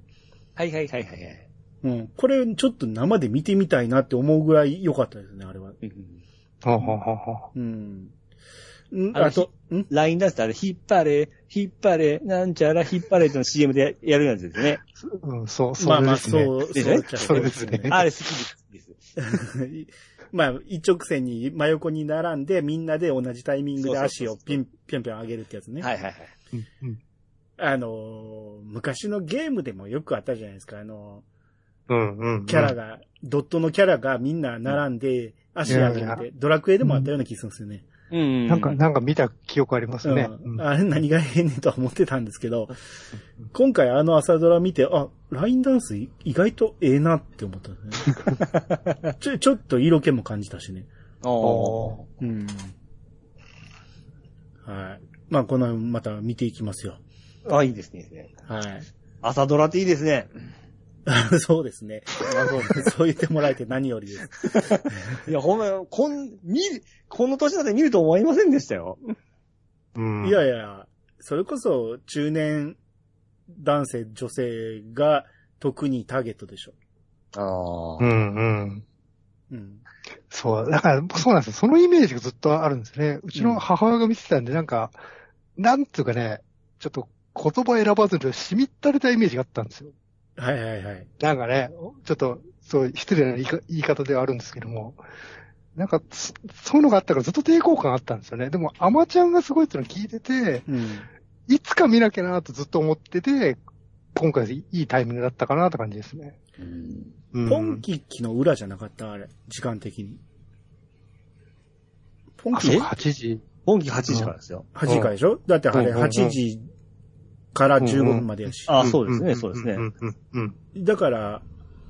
Speaker 2: はいはいはいはいはい。
Speaker 1: うん。これ、ちょっと生で見てみたいなって思うぐらい良かったですね、あれは。
Speaker 2: うん
Speaker 4: はあ、は
Speaker 1: うん。ん
Speaker 2: あの
Speaker 1: あと、ん
Speaker 2: ラインダンスってあれ、引っ張れ、引っ張れ、なんちゃら引っ張れっての CM でやるやつですね。
Speaker 3: うん、そう、そ
Speaker 1: まあ
Speaker 3: れ
Speaker 1: ま
Speaker 3: で
Speaker 1: あ、
Speaker 3: すね。
Speaker 1: そう、
Speaker 2: でし
Speaker 1: そ
Speaker 2: ょ
Speaker 1: うっちゃ
Speaker 3: それ
Speaker 1: う
Speaker 3: ですね。
Speaker 2: あれ好きです。
Speaker 1: まあ、一直線に真横に並んで、みんなで同じタイミングで足
Speaker 2: そ
Speaker 1: を
Speaker 2: うそうそうそう
Speaker 1: ピン、ぴょんぴょん上げるってやつね。
Speaker 2: はいはいはい。
Speaker 3: うんうん
Speaker 1: あのー昔のゲームでもよくあったじゃないですか。あの
Speaker 4: あ。うん、うん。
Speaker 1: ーキャラが、ドットのキャラがみんな並んで、足上げ
Speaker 3: い
Speaker 1: る
Speaker 3: や
Speaker 1: っ
Speaker 3: い
Speaker 1: て、ドラクエでもあったような気がするんですよね。
Speaker 2: うん。
Speaker 3: なんか、なんか見た記憶ありますね。
Speaker 1: う、
Speaker 3: うんん
Speaker 1: あれ何がええねんとは思ってたんですけど、今回あの朝ドラ見て、あ、ラインダンス意外とええなって思ったんですね。ちょ、ちょっと色気も感じたしね。
Speaker 2: おー
Speaker 1: うん。はい。まあ、この、また見ていきますよ。
Speaker 2: あ、いいですねいいですね。
Speaker 1: はい。
Speaker 2: 朝ドラっていいですね。
Speaker 1: そうです ね。まあそうそう言ってもらえて何よりです。
Speaker 2: いや、ほんま、こん、見る、この年だって見ると思いませんでしたよ。
Speaker 4: うん。
Speaker 1: いやいや、それこそ中年男性、女性が特にターゲットでしょ。
Speaker 2: あ
Speaker 4: う。ん、うん。
Speaker 1: うん。
Speaker 3: そう、だから、そうなんですよ。そのイメージがずっとあるんですね。うちの母親が見てたんで、なんか、なんていうかね、ちょっと言葉選ばずに、しみったれたイメージがあったんですよ。
Speaker 1: はいはいはい。
Speaker 3: なんかね、ちょっと、そう、失礼な言いか言い方ではあるんですけども、なんか、そそういうのがあったからずっと抵抗感あったんですよね。でも、アマちゃんがすごいっていうのを聞いてて、
Speaker 1: うん。
Speaker 3: いつか見なきゃなとずっと思ってて、今回いいタイミングだったかなって感じですね。うん
Speaker 1: ポンキッキの裏じゃなかったあれ、時間的に。ポン
Speaker 3: あ、
Speaker 1: キ
Speaker 3: そ
Speaker 1: ッ
Speaker 3: う
Speaker 1: キ
Speaker 3: か、8時。
Speaker 2: 本気8時からですよ。
Speaker 1: 8時からでしょだってあれ
Speaker 3: うんうんうん
Speaker 1: 8時から15分までやし。
Speaker 2: あそうですね、
Speaker 4: ん
Speaker 2: そうですね
Speaker 4: う。ん、うん、うん。
Speaker 1: だから、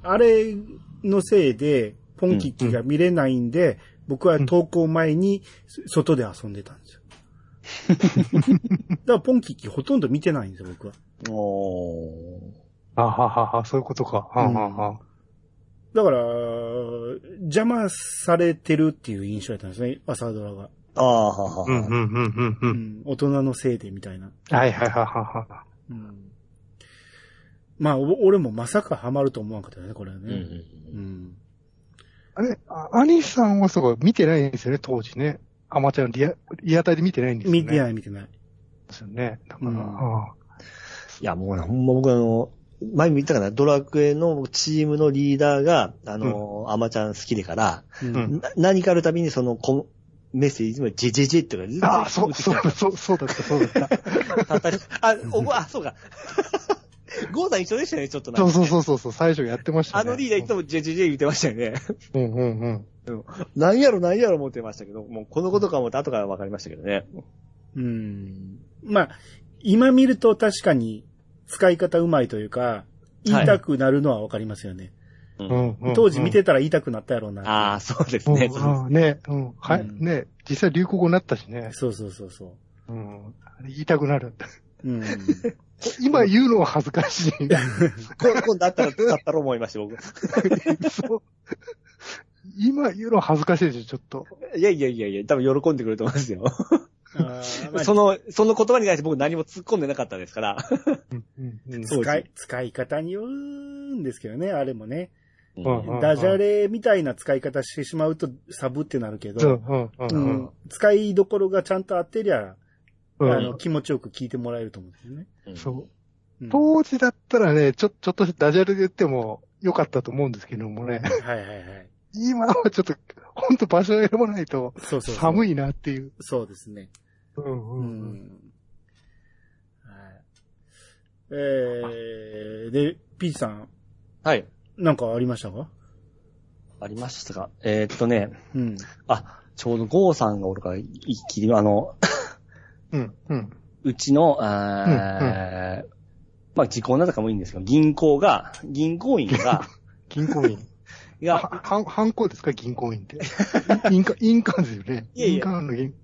Speaker 1: あれのせいで、ポンキッキが見れないんで、僕は投稿前にそ外で遊んでたんですよ。だからポンキッキほとんど見てないんですよ、僕は。
Speaker 2: お
Speaker 3: あははは、そういうことか。はあはあはあ
Speaker 1: だから、邪魔されてるっていう印象やったんですね、朝ドラが。
Speaker 2: ああ、はは
Speaker 4: うん、うん、うん、うん、う。
Speaker 1: うんん、大人のせいでみたいな。
Speaker 3: はいはいはいはいは
Speaker 1: うんまあ、お俺もまさかハマると思わんかったよね、これは
Speaker 2: うんう
Speaker 1: ね。うんん。
Speaker 3: い。あれ、あ兄さんはそうか、見てないんですよね、当時ね。アマちゃんのリア、リアタイで見てないんですよね。
Speaker 1: 見て
Speaker 3: い
Speaker 1: ない、見てない。
Speaker 3: ですよね。だから、
Speaker 1: うん
Speaker 3: あ
Speaker 2: いや、もうねほんま僕あの、前も言ったかな、ドラクエのチームのリーダーが、あの、アマちゃん好きでから、
Speaker 1: うん
Speaker 4: うん
Speaker 2: な何かあるたびにその、こメッセージもジェジェジェとかずっと
Speaker 3: ああ、そう、そう
Speaker 2: 打っ、
Speaker 3: そう、そうだった、そうだった。
Speaker 2: てきたたたりあ、おぼ、あ、そうか。 ゴーさん一緒でしたよね、ちょっとなんか
Speaker 3: そうそうそうそうそう、最初やってました
Speaker 2: あ
Speaker 3: ね。
Speaker 2: のリーダーいつもジェジェジェ言ってましたよね。
Speaker 3: うんうんうん。
Speaker 2: なんやろなんやろ思ってましたけど、もうこのことかもって後から分かりましたけどね。
Speaker 1: うん。まあ、今見ると確かに使い方うまいというか、言いたくなるのはわかりますよね。
Speaker 3: うんうんうん
Speaker 1: 当時見てたら言いたくなったやろうな。
Speaker 2: ああ、そうです
Speaker 3: うん
Speaker 2: ね。
Speaker 3: うんね、うん、はい、
Speaker 1: うん
Speaker 3: ね、実際流行語になったしね。
Speaker 1: そうそうそうそ
Speaker 3: うん。あれ言いたくなる。
Speaker 1: う。 うん。
Speaker 3: 今言うのは恥ずかしい。
Speaker 2: こ 今度あったら使ったろう思いました、僕。
Speaker 3: そう今言うのは恥ずかしいでしょ、ちょっと。
Speaker 2: いやいやいやいや、多分喜んでくれると思いますよ。
Speaker 1: あーまあ
Speaker 2: その、その言葉に対して僕何も突っ込んでなかったですから。
Speaker 3: うんうんうん
Speaker 2: そう
Speaker 1: 使い、使い方によるんですけどね、あれもね。
Speaker 3: うんうん
Speaker 1: ダジャレみたいな使い方してしまうとサブってなるけ
Speaker 3: うん
Speaker 1: ど、
Speaker 3: うんう
Speaker 1: うんん、使いどころがちゃんと合ってりゃ、
Speaker 3: うん
Speaker 1: あの気持ちよく聞いてもらえると思うんですよね。
Speaker 2: うん
Speaker 3: そう
Speaker 1: うん
Speaker 3: 当時だったらね、ちょ、ちょっとダジャレで言っても良かったと思うんですけどもね。
Speaker 1: はいはいはい。
Speaker 3: 今はちょっと、ほんと場所を選ばないと
Speaker 1: そうそうそう。
Speaker 3: 寒
Speaker 1: い。
Speaker 3: いなっていう。
Speaker 1: そうですね。
Speaker 3: うん
Speaker 1: う
Speaker 3: うんうん。
Speaker 1: ん。はい。えー、で、ピーチさん、
Speaker 2: はい。
Speaker 1: なんかありましたか
Speaker 2: ありましたが、えーっとね、
Speaker 1: うん。
Speaker 2: あ、ちょうどゴーさんがおるから、一気に、あの、
Speaker 3: うんうん。
Speaker 2: うちの、あーまあ、時効などかもいいんですけど、銀行が、銀行員が、
Speaker 3: 銀行員。
Speaker 2: い
Speaker 3: あ
Speaker 2: や、
Speaker 3: は、はん、犯行ですか銀行員って。印鑑、印鑑ですよね。
Speaker 2: いやいや
Speaker 3: 印鑑の銀。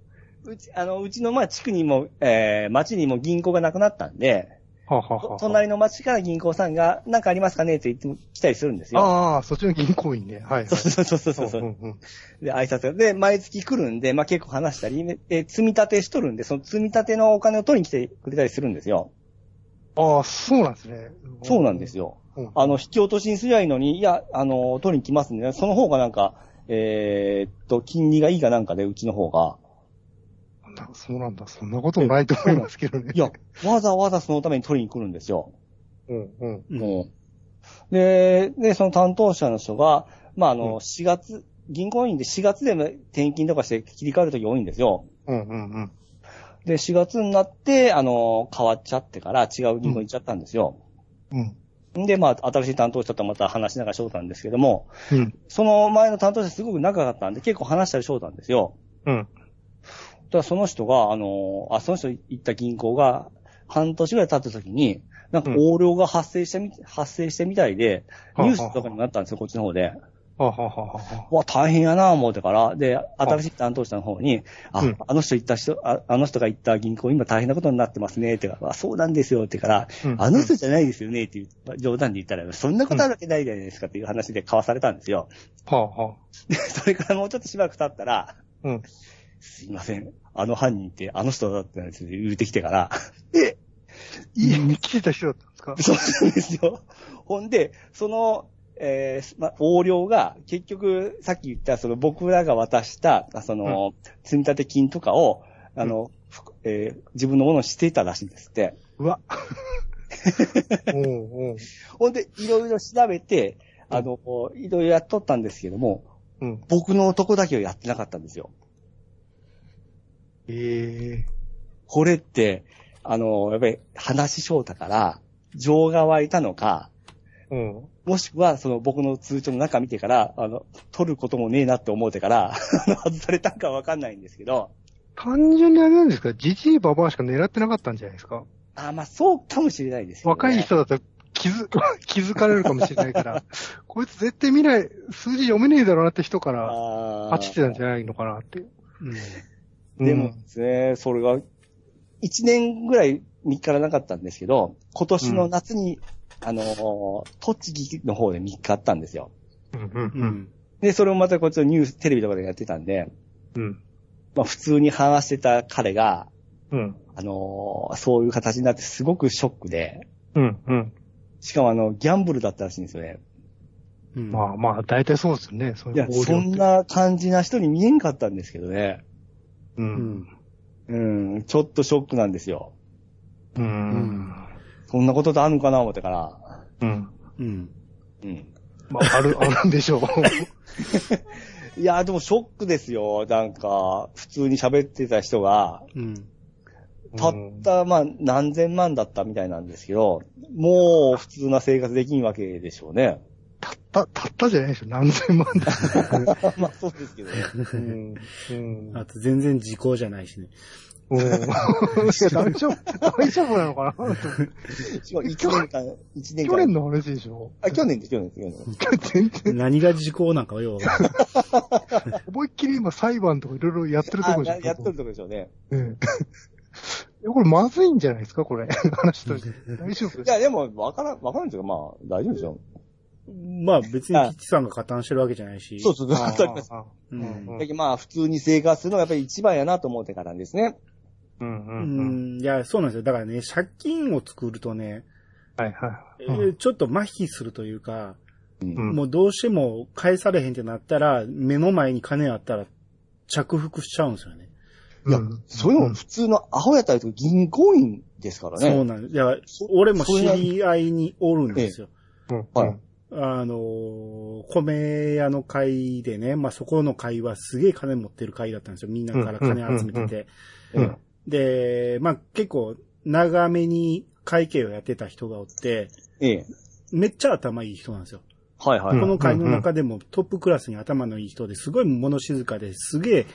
Speaker 2: うち、あの、うちの、まあ、地区にも、えー、町にも銀行がなくなったんで、
Speaker 3: はあはあは
Speaker 2: と
Speaker 3: あ
Speaker 2: 隣の町から銀行さんが、なんかありますかねって言って来たりするんですよ。
Speaker 3: ああ、そっちの銀行員ね。はい、はい。
Speaker 2: そうそうそうそうそう
Speaker 3: う。んうん
Speaker 2: で、挨拶が。で、毎月来るんで、まあ、結構話したり、え、積み立てしとるんで、その積み立てのお金を取りに来てくれたりするんですよ。
Speaker 3: ああ、そうなんですね。
Speaker 2: そうなんです
Speaker 3: よ。
Speaker 2: よ。
Speaker 3: うん
Speaker 2: あの、引き落としにすりゃいいのに、いや、あの、取りに来ますんで、ね、その方がなんか、えーっと、金利がいいかなんかで、うちの方が。
Speaker 3: なんだそうなんだ。そんなこともないと思いますけどね。
Speaker 2: いや、わざわざそのために取りに来るんですよ。
Speaker 3: うんうん。
Speaker 1: うん
Speaker 2: もう。で、で、その担当者の人が、まあ、あの、4月、銀行員で4月で転勤とかして切り替えるとき多いんですよ。
Speaker 3: うんうんうん。
Speaker 2: で、4月になって、あの、変わっちゃってから違う銀行行っちゃったんですよ。
Speaker 3: うん。
Speaker 2: ん、で、まあ、新しい担当者とまた話しながらしょうたんですけども、
Speaker 3: うん。
Speaker 2: その前の担当者すごく仲があったんで、結構話したりしょうたんですよ。
Speaker 3: うん。
Speaker 2: ただその人が、あの、あ、その人行った銀行が、半年ぐらい経った時に、なんか
Speaker 3: うん
Speaker 2: 横領が発生したみ、発生してみたいで、ニュースとかに
Speaker 3: は
Speaker 2: もなったんですよ、こっちの方で。
Speaker 3: あはあはあはあは
Speaker 2: うわ、大変やなぁ思うてから、で、新しい担当者の方に、あ、
Speaker 3: うん
Speaker 2: あの人行った人あ、あの人が行った銀行今大変なことになってますね、ってから、あそうなんですよ、ってから、
Speaker 3: あうん
Speaker 2: あの人じゃないですよね、っていう、冗談で言ったら、そんなことあるわけないじゃないですか、っていう話で交わされたんですよ。
Speaker 3: はあはあ。
Speaker 2: でそれからもうちょっとしばらく経ったら、
Speaker 3: うん
Speaker 2: すいません、あの犯人ってあの人だったんですよ、言うてきてから、 え、
Speaker 3: 家に来てた人だったんですか
Speaker 2: そうなんですよ。ほんで、その、えーま、横領が、結局、さっき言った、その僕らが渡した、あその、積立金とかを、あの、ふくえー自分のものにしていたらしいんですって。
Speaker 3: うわ。おうおう。
Speaker 2: ほんで、いろいろ調べて、あの、いろいろやっとったんですけども、
Speaker 3: うん。
Speaker 2: 僕の男だけはやってなかったんですよ。
Speaker 3: ええ。
Speaker 2: これって、あの、やっぱり話し翔太から、情が湧いたのか、
Speaker 3: うん。
Speaker 2: もしくは、その僕の通帳の中見てから、あの、取ることもねえなって思うてから、 あの、外されたんかわかんないんですけど、
Speaker 3: 単純にあれなんですかじじいばばあしか狙ってなかったんじゃないですか
Speaker 2: あまあそうかもしれないですよ、ね。
Speaker 3: 若い人だと気づ、 気づかれるかもしれない から、こいつ絶対未来、数字読めねえだろうなって人から、
Speaker 2: あ
Speaker 3: パチってたんじゃないのかなって。
Speaker 2: でもですね、それが、1年ぐらい見っからなかったんですけど、今年の夏に、あの、栃木の方で見っかったんですよ。
Speaker 4: うんうん
Speaker 1: う
Speaker 4: うん
Speaker 1: ん。
Speaker 2: で、それをまたこっちのニュース、テレビとかでやってたんで、
Speaker 4: うん
Speaker 2: まあ普通に話してた彼が、
Speaker 4: うん
Speaker 2: あのーそういう形になってすごくショックで、
Speaker 4: うんうん
Speaker 2: しかもあの、ギャンブルだったらしいんですよね。
Speaker 1: うん
Speaker 3: まあまあ、大体そうですよね。そう
Speaker 2: い
Speaker 3: い
Speaker 2: や
Speaker 3: う、横
Speaker 2: そ
Speaker 3: 領
Speaker 2: んな感じな人に見えんかったんですけどね。
Speaker 4: う
Speaker 1: うんん。
Speaker 2: うん、ちょっとショックなんですよ。
Speaker 4: う
Speaker 1: うんん。
Speaker 2: そんなことってあるのかな思ってから。
Speaker 4: うん
Speaker 1: うん。
Speaker 2: うん。
Speaker 3: まあ、ある、あるんでしょう。
Speaker 2: いや、でもショックですよ。なんか、普通に喋ってた人が、
Speaker 1: うん。
Speaker 2: たった、まあ、何千万だったみたいなんですけど、もう普通な生活できんわけでしょう ね。
Speaker 3: たった、たったじゃないでしょ。何千万だ。
Speaker 2: まあ、そうですけどね。
Speaker 4: うん。うん。
Speaker 1: あと全然時効じゃないしね。
Speaker 3: うんいや大丈夫、大丈夫なのかな
Speaker 2: しかも1年間、一年間。
Speaker 3: 去年の話でしょ。
Speaker 2: あ、去年です、去年です、去年です。
Speaker 3: 全然、
Speaker 1: 何が時効なんかはようわかんない。
Speaker 3: 思いっきり今裁判とかいろいろやってるとこ
Speaker 2: あ
Speaker 3: じゃ
Speaker 2: や
Speaker 3: ん。
Speaker 2: やっとるとこでしょうね。
Speaker 3: うん。いやこれまずいんじゃないですかこれ。話として。大丈夫
Speaker 2: いや、でも、わからん、わからんですよ。まあ、大丈夫でしょ
Speaker 1: まあ別にキッチさんが加担してるわけじゃないし。
Speaker 2: う。そうそう、わかり ます。
Speaker 3: ああああ
Speaker 1: う
Speaker 3: うん
Speaker 1: ん。
Speaker 2: だけどまあ、普通に生活するのがやっぱり一番やなと思ってからですね。
Speaker 4: うん。う。
Speaker 1: うんん。いや、そうなんですよ。だからね、借金を作るとね、
Speaker 4: はいは
Speaker 1: え
Speaker 3: う
Speaker 1: ーちょっと麻痺するというか、
Speaker 4: い。うん。
Speaker 1: もうどうしても返されへんってなったら、目の前に金あったら着服しちゃうんですよね。
Speaker 2: いや
Speaker 3: うん
Speaker 2: それも普通のアホやったりとか銀行員ですからね。
Speaker 1: そうなんです。いや、
Speaker 2: そ
Speaker 1: 俺も知
Speaker 2: それ
Speaker 1: り合いにおるんですよ。
Speaker 4: うん。
Speaker 2: はい。
Speaker 1: あのー、米屋の会でね、まあ、そこの会はすげえ金持ってる会だったんですよ。みんなから金集めてて。
Speaker 4: うん。
Speaker 1: で、まあ、結構長めに会計をやってた人がおって、
Speaker 2: ええ。
Speaker 1: めっちゃ頭いい人なんですよ。
Speaker 2: はいは
Speaker 4: う
Speaker 2: い。
Speaker 4: ん
Speaker 1: この会の中でもトップクラスに頭のいい人ですごい物静かですげえ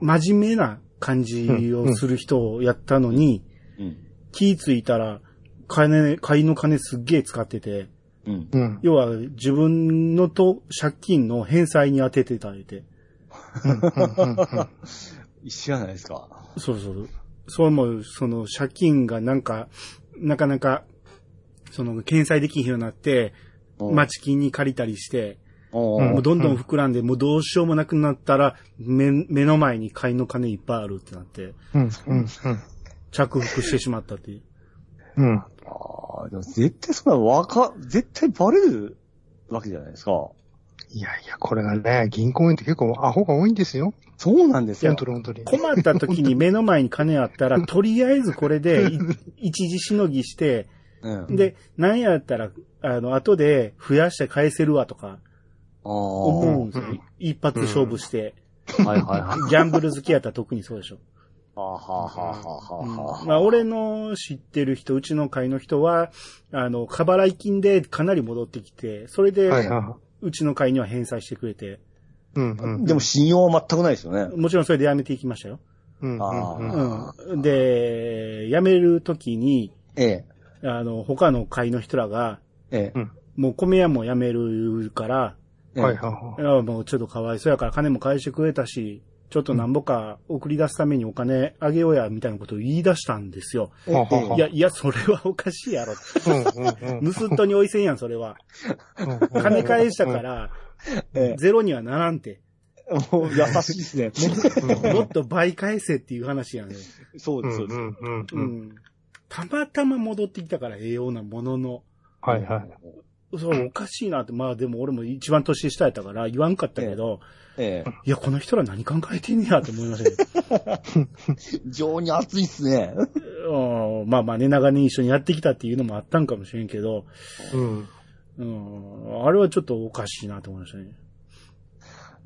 Speaker 1: 真面目な感じをする人をやったのに、
Speaker 2: うん。
Speaker 1: 気ぃついたら、金、会の金すっげえ使ってて、
Speaker 2: うん。
Speaker 3: うん。
Speaker 1: 要は自分のと借金の返済に当ててたりて。
Speaker 2: 知らないですか。
Speaker 1: そうそう。そうも、その借金がなんか、なかなか、その、返済できひんようになって、
Speaker 2: うん
Speaker 1: 町金に借りたりして、
Speaker 4: う
Speaker 2: う
Speaker 4: ん
Speaker 1: も
Speaker 2: ん
Speaker 1: うどんどん膨らんで、もうどうしようもなくなったら、目、目の前に買いの金いっぱいあるってなって、
Speaker 3: うん。うん。
Speaker 1: 着服してしまったっていう。
Speaker 4: うん。
Speaker 2: ああ、でも絶対そんなわか、絶対バレるわけじゃないですか。
Speaker 3: いやいや、これがね、銀行員って結構アホが多いんですよ。
Speaker 2: そうなんですよ
Speaker 3: 本当。に本当に。
Speaker 1: 困った時に目の前に金あったら、とりあえずこれでい一時しのぎして、
Speaker 2: うん。
Speaker 1: で、なんやったら、あの、後で増やして返せるわとか、
Speaker 2: あ
Speaker 1: 思うん
Speaker 2: あ。
Speaker 1: ですよ
Speaker 4: うん。
Speaker 1: 一発勝負して、
Speaker 2: はいはいはい。
Speaker 1: ギャンブル好きやったら特にそうでしょ。
Speaker 2: あは
Speaker 1: う
Speaker 2: はは
Speaker 1: ん
Speaker 2: はは。
Speaker 1: まあ、俺の知ってる人、うちの会の人は、あの、過払い金でかなり戻ってきて、それ
Speaker 3: はい
Speaker 1: で、
Speaker 3: は
Speaker 1: うちの会には返済してくれて、
Speaker 3: い。うん。うん。
Speaker 2: でも信用は全くないですよね。
Speaker 1: もちろんそれで辞めていきましたよ。
Speaker 3: うん。うん
Speaker 2: あ
Speaker 3: うん
Speaker 2: あ
Speaker 1: うん。で、辞めるときに、
Speaker 2: ええ。
Speaker 1: あの、他の会の人らが、
Speaker 2: え
Speaker 1: もう米屋も辞めるから、
Speaker 2: え。
Speaker 3: はいはいはい。
Speaker 1: ああもうちょっとかわいそうやから金も返してくれたし、ちょっとなんぼか送り出すためにお金あげようや、みたいなことを言い出したんですよ。
Speaker 2: え
Speaker 3: はあはあ
Speaker 1: いや、いや、それはおかしいや ろ。
Speaker 3: うんうんうん
Speaker 1: 盗っ人に追いせんやん、それは。
Speaker 3: うん
Speaker 1: 金返したから、
Speaker 2: え
Speaker 1: ゼロにはならんて。
Speaker 2: え。もう優しいですね。
Speaker 1: もっと倍返せっていう話やね。
Speaker 2: そう
Speaker 4: う
Speaker 2: で
Speaker 4: ん
Speaker 2: す、そうで
Speaker 4: う
Speaker 2: す。
Speaker 4: んうん
Speaker 1: う
Speaker 4: うん。
Speaker 1: ん。たまたま戻ってきたからええようなものの、
Speaker 3: はいはい。
Speaker 1: そう、おかしいなって、まあでも俺も一番年下やったから言わんかったけど、
Speaker 2: ええ。
Speaker 1: いや、この人ら何考えてんね やと思いましたけど。
Speaker 2: 非常に熱いっすね。
Speaker 1: うんまあまあね、長年一緒にやってきたっていうのもあったんかもしれんけど、
Speaker 4: うん。
Speaker 1: うん、あれはちょっとおかしいなと思いましたね。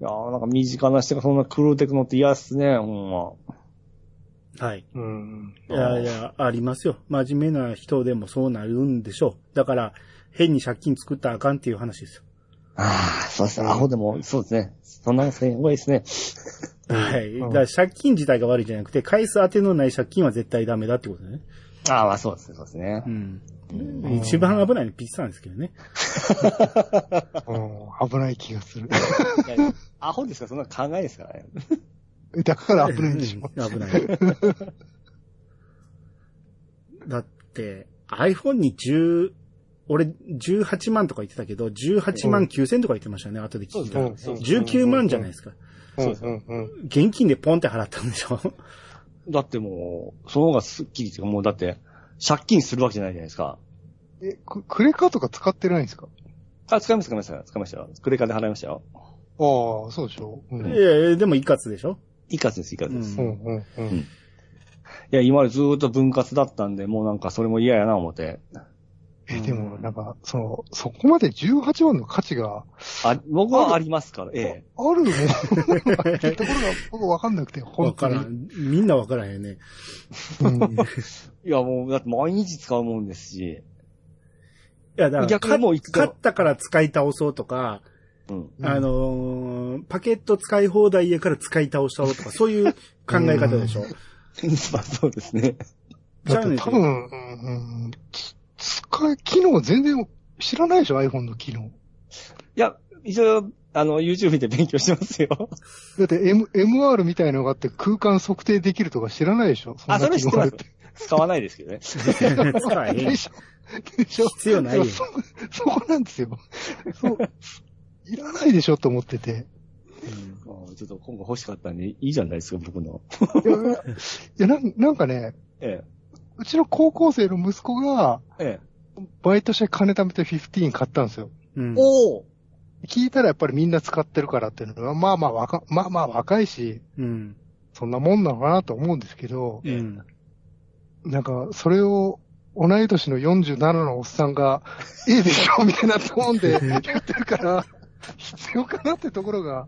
Speaker 2: いやーなんか身近な人がそんな狂うてくのって嫌っすね、ほんま。
Speaker 1: はい。
Speaker 4: うん。
Speaker 1: いやいや、ありますよ。真面目な人でもそうなるんでしょう。だから、変に借金作ったらあかんっていう話ですよ。
Speaker 2: ああ、そうですね。アホでも、そうですね。そんなのせん方がいいですね。
Speaker 1: はい。
Speaker 3: う
Speaker 1: だ
Speaker 3: ん
Speaker 1: から借金自体が悪いじゃなくて、返す当てのない借金は絶対ダメだってことね。
Speaker 2: ああ、まあそうですね、そうですね
Speaker 1: う。ん。
Speaker 3: ん
Speaker 1: 一番危ないのピッチさんですけどね。
Speaker 3: うん危ない気がする。
Speaker 2: いやいやアホですから、そんなの考えですからね。
Speaker 3: だから危ないんでしょ。
Speaker 1: うん危ない。だって、iPhone に10、俺18万とか言ってたけど、18万9000とか言ってましたよね、後で聞いたら。
Speaker 4: そうです
Speaker 1: 19万じゃないですか。
Speaker 4: うんうんうん。
Speaker 1: 現金でポンって払ったんでしょ
Speaker 2: だってもう、その方がスッキリっていうか、もうだって、借金するわけじゃないじゃないですか。
Speaker 3: え、ククレカとか使ってないんですか
Speaker 2: あ、使いました、使いました、使いましたよ。クレカで払いましたよ。
Speaker 3: ああ、そうでしょ。うん。う
Speaker 1: い
Speaker 3: ん
Speaker 1: やいやでも一括でしょ
Speaker 2: いかつです、いかつです。
Speaker 1: う
Speaker 2: い
Speaker 3: うんうん。
Speaker 2: や、今までずーっと分割だったんで、もうなんかそれも嫌やな、思って。
Speaker 3: え、でも、なんか、その、そこまで18万の価値が
Speaker 2: あ僕はありますから、ええ。
Speaker 3: あるのっていうところが僕わかんなくて、
Speaker 1: わ
Speaker 3: 本
Speaker 1: か
Speaker 3: 当
Speaker 1: ら
Speaker 3: に。
Speaker 1: ん。みんなわからんよね。
Speaker 3: うん
Speaker 2: いや、もう、だって毎日使うもんですし。
Speaker 1: いや、だ
Speaker 2: 逆
Speaker 1: から、
Speaker 2: にもう一度
Speaker 1: 勝ったから使い倒そうとか、
Speaker 2: うん。
Speaker 1: あのーパケット使い放題やから使い倒したろとか、そういう考え方でしょ。
Speaker 2: まあ、そうですね。
Speaker 1: ちゃ
Speaker 3: だっ
Speaker 1: うん
Speaker 3: て
Speaker 1: です
Speaker 3: 多
Speaker 1: よ。
Speaker 3: 分、うん、つ使い、機能全然知らないでしょ ?iPhone の機能。
Speaker 2: いや、一応、あの、YouTube で勉強してますよ。
Speaker 3: だって M、MR みたいのがあって空間測定できるとか知らないでしょ
Speaker 2: あそれ知ってます
Speaker 3: て
Speaker 2: 使わないです けどね。
Speaker 1: 使えへん
Speaker 3: で。しょでしょ
Speaker 1: 必要ないよ
Speaker 3: だからそ、そこなんですよ。そう。いらないでしょと思ってて。
Speaker 2: ああちょっと今後欲しかったんで、いいじゃないですか、僕の。
Speaker 3: いや、いやなんなんかね、
Speaker 2: え
Speaker 3: うちの高校生の息子が、
Speaker 2: え。ええ。
Speaker 3: バイトして金貯めて15買ったんですよ。
Speaker 1: うん。
Speaker 2: おお
Speaker 3: 聞いたらやっぱりみんな使ってるからっていうのは、まあまあ若、まあまあ若いし、
Speaker 1: うん。
Speaker 3: そんなもんなのかなと思うんですけど、
Speaker 1: うん。
Speaker 3: なんか、それを、同い年の47のおっさんが、いいでしょみたいなトーンで 言ってるから、必要かなってところが、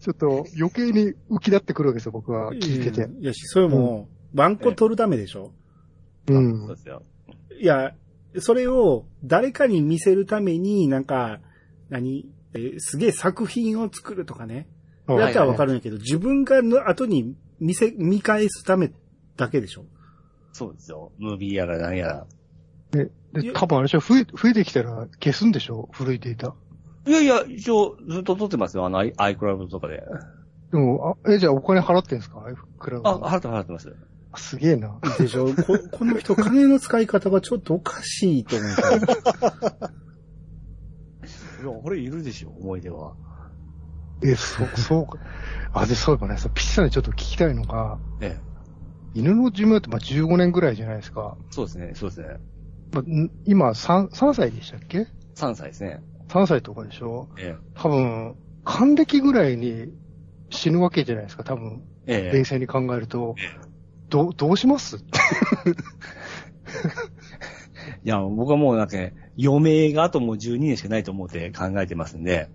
Speaker 3: ちょっと余計に浮き立ってくるわけですよ、僕は聞いてて。
Speaker 1: うんいやし、それも、ワンコ取るためでしょ、
Speaker 3: う。
Speaker 2: そうんですよ。
Speaker 1: いや、それを誰かに見せるために、なんか、何、えーすげえ作品を作るとかね。
Speaker 2: い
Speaker 1: や
Speaker 2: や
Speaker 1: つ
Speaker 2: つ
Speaker 1: は
Speaker 2: は
Speaker 1: わ
Speaker 2: わ
Speaker 1: かるんやけど、自分がの後に見せ、見返すためだけでしょ
Speaker 2: そうですよ。ムービーやら何やら。
Speaker 3: で、多分あれでしょ、増え、増えてきたら消すんでしょ古いデータ。
Speaker 2: いやいや、一応、ずっと撮ってますよ。あの、アイアイクラブとかで。
Speaker 3: でも、あえ、じゃあお金払ってんですかああいうクラブ。
Speaker 2: あ、払って払ってます。
Speaker 3: あ、すげえな。
Speaker 1: でしょここの人、金の使い方がちょっとおかしいと思うから。
Speaker 2: いや、これいるでしょ、思い出は。
Speaker 3: え、そう、そうか。あ、で、そういえばね、そうピッチさんにちょっと聞きたいのが、
Speaker 2: ええ。
Speaker 3: 犬の寿命ってまあ15年ぐらいじゃないですか。
Speaker 2: そうですね、そうですね。
Speaker 3: まあ、ん今3、3歳でしたっけ
Speaker 2: 3歳ですね。
Speaker 3: 3歳とかでしょ
Speaker 2: え
Speaker 3: 多分、還暦ぐらいに死ぬわけじゃないですか、多分。
Speaker 2: え。ええ
Speaker 3: 冷。静に考えると。ど、どうしますって。
Speaker 2: いや、僕はもうなんかね、余命があともう12年しかないと思って考えてますんで、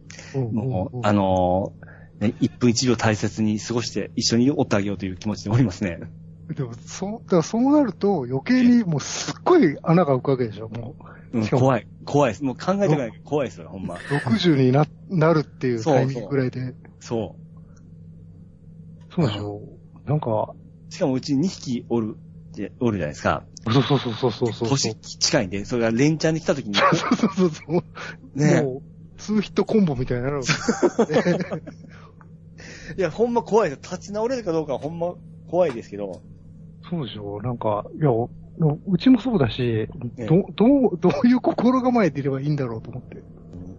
Speaker 2: も う、あのーね、1分1秒大切に過ごして一緒におってあげようという気持ちでおりますね。
Speaker 3: でも、そう、だからそうなると余計にもうすっごい穴が浮くわけでしょ、も
Speaker 2: うん、
Speaker 3: そう
Speaker 2: 怖い。怖いです。もう考えてない怖いですよ、ほんま。
Speaker 3: う。60にな、 なるっていう
Speaker 2: そう
Speaker 3: タイミングぐらいで。
Speaker 2: そ
Speaker 3: そうでしょなんか、
Speaker 2: う。しかもうち2匹おる、でおるじゃないですか。
Speaker 3: そうそうそうそうそうそう。
Speaker 2: 年近いんで、それが連チャンで来た時に、
Speaker 3: そうそうそうそう。
Speaker 2: ね
Speaker 3: もう、ツーヒットコンボみたいになるわけ
Speaker 2: いや、ほんま怖いです。立ち直れるかどうかはほんま怖いですけど、
Speaker 3: そうでしょなんか、いや、おうちもそうだし、
Speaker 2: ええ
Speaker 3: ど、どう、どういう心構えでいればいいんだろうと思って。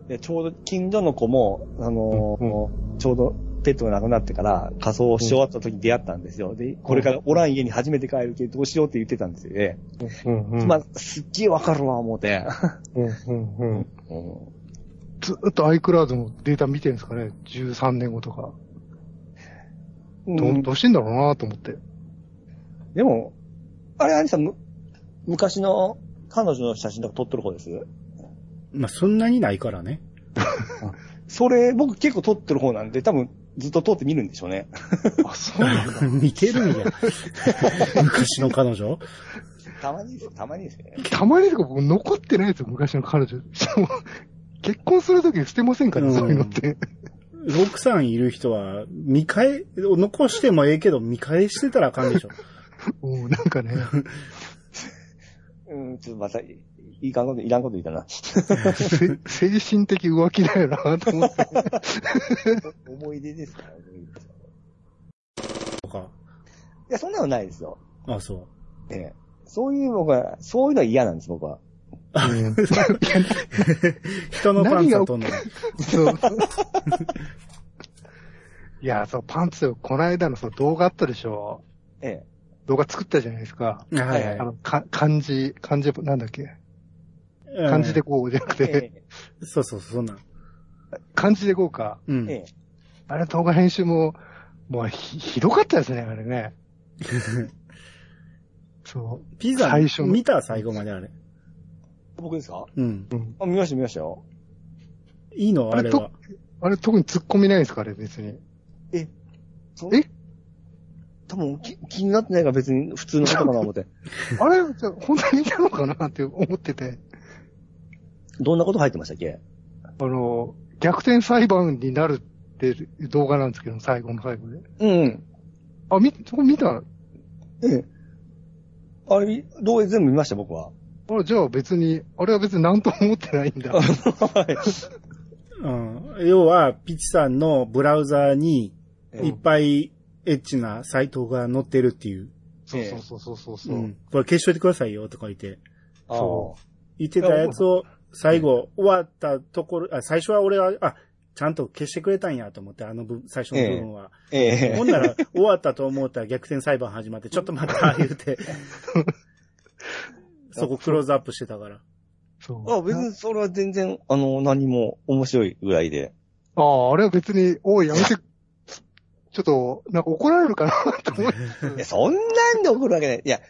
Speaker 2: でちょうど近所の子も、あのー
Speaker 3: うん
Speaker 2: ちょうどペットが亡くなってから仮装し終わった時に出会ったんですよ。で、これからおらん家に初めて帰るけどどうしようって言ってたんですよね。
Speaker 4: うんうん。
Speaker 2: まあ、すっげえわかるわ、思うて。
Speaker 4: うんうんうん。
Speaker 2: うん
Speaker 3: ずっと iCloud のデータ見てるんですかね ?13 年後とか。どう、どうしてんだろうなと思って。
Speaker 2: でも、あれ、アニさん、む昔の彼女の写真とか撮ってる方です
Speaker 1: まあ、そんなにないから ね。
Speaker 2: それ、僕結構撮ってる方なんで、多分ずっと撮ってみるんでしょうね。
Speaker 3: あ、そうなんだ。
Speaker 1: 似てるん や。昔の彼女
Speaker 2: たまにですよ、たまにですよね。
Speaker 3: たまにとか僕残ってないですよ、昔の彼女。 もう結婚するとき捨てませんから、
Speaker 1: うん
Speaker 3: そういうのって。
Speaker 1: ロクさんいる人は、見返、残してもええけど、見返してたらあかんでしょ。
Speaker 3: うん、なんかね。
Speaker 2: うん、ちょっとまた、いいかんこと、いらんこと言ったな。
Speaker 3: せ精神的浮気だよなと思って。
Speaker 2: 思い出ですから、思い出です
Speaker 1: と か。
Speaker 2: いや、そんなのないですよ。
Speaker 1: あ、そう。
Speaker 2: ええ。そういうのが、そういうのは嫌なんです、僕は。
Speaker 3: うん
Speaker 1: 人のパンツはとんの。
Speaker 3: そう。いや、そう、パンツよ、この間のその動画あったでしょ
Speaker 2: え
Speaker 3: 動画作ったじゃないですか。
Speaker 1: はい
Speaker 2: は
Speaker 3: あ
Speaker 2: い
Speaker 3: の、か、漢字、漢字、なんだっけ
Speaker 1: うん
Speaker 3: 漢字でこうじゃなく
Speaker 2: え。
Speaker 3: て、
Speaker 2: え
Speaker 1: そうそうそう、そんなん。
Speaker 3: 漢字でこうか。
Speaker 1: う
Speaker 2: え。
Speaker 1: ん。
Speaker 2: え
Speaker 3: あれ動画編集も、もうひ、ひどかったですね、あ れね。そう。
Speaker 1: ピザ
Speaker 3: 最初の
Speaker 1: 見た最後まであれ。
Speaker 2: 僕ですか
Speaker 1: うん。
Speaker 2: あ、見ました見ましたよ。
Speaker 1: いいのあ
Speaker 3: あ
Speaker 1: れ
Speaker 3: れ
Speaker 1: は。
Speaker 3: あれ特に突っ込みないんですかあれ 別に。
Speaker 2: そう
Speaker 3: え
Speaker 2: 多分き気になってないから別に普通のことかな思って。
Speaker 3: あれじゃあ本当にいたのかなって思ってて。
Speaker 2: どんなこと入ってましたっけ
Speaker 3: あの、逆転裁判になるって動画なんですけど、最後の最後で。
Speaker 2: うん。
Speaker 3: あ、み、そこ見た
Speaker 2: ええ。あれ、動画全部見ました、僕 は。
Speaker 3: あ、じゃあ別に、あれは別に何とも思ってないんだ。
Speaker 1: うん。要は、ピチさんのブラウザーに、いっぱいエッチなサイトが載ってるっていう。
Speaker 3: そうそうそうそうそうそうう。
Speaker 1: ん。これ消しといてくださいよ、とか言って。
Speaker 2: ああ
Speaker 3: そ
Speaker 1: 言ってたやつを、最後、終わったところ、あ、最初は俺は、あ、ちゃんと消してくれたんやと思って、あの部、最初の部分は。
Speaker 2: ええ
Speaker 1: ほんなら、終わったと思ったら逆転裁判始まって、ちょっと待った、言うて。そこクローズアップしてたから。
Speaker 3: そう
Speaker 2: あ、別にそれは全然、あの、何も面白いぐらいで。
Speaker 3: ああ、あれは別に、おい、やめて、ちょっと、なんか怒られるか なと思って。
Speaker 2: いや、そんなんで怒るわけない。いや、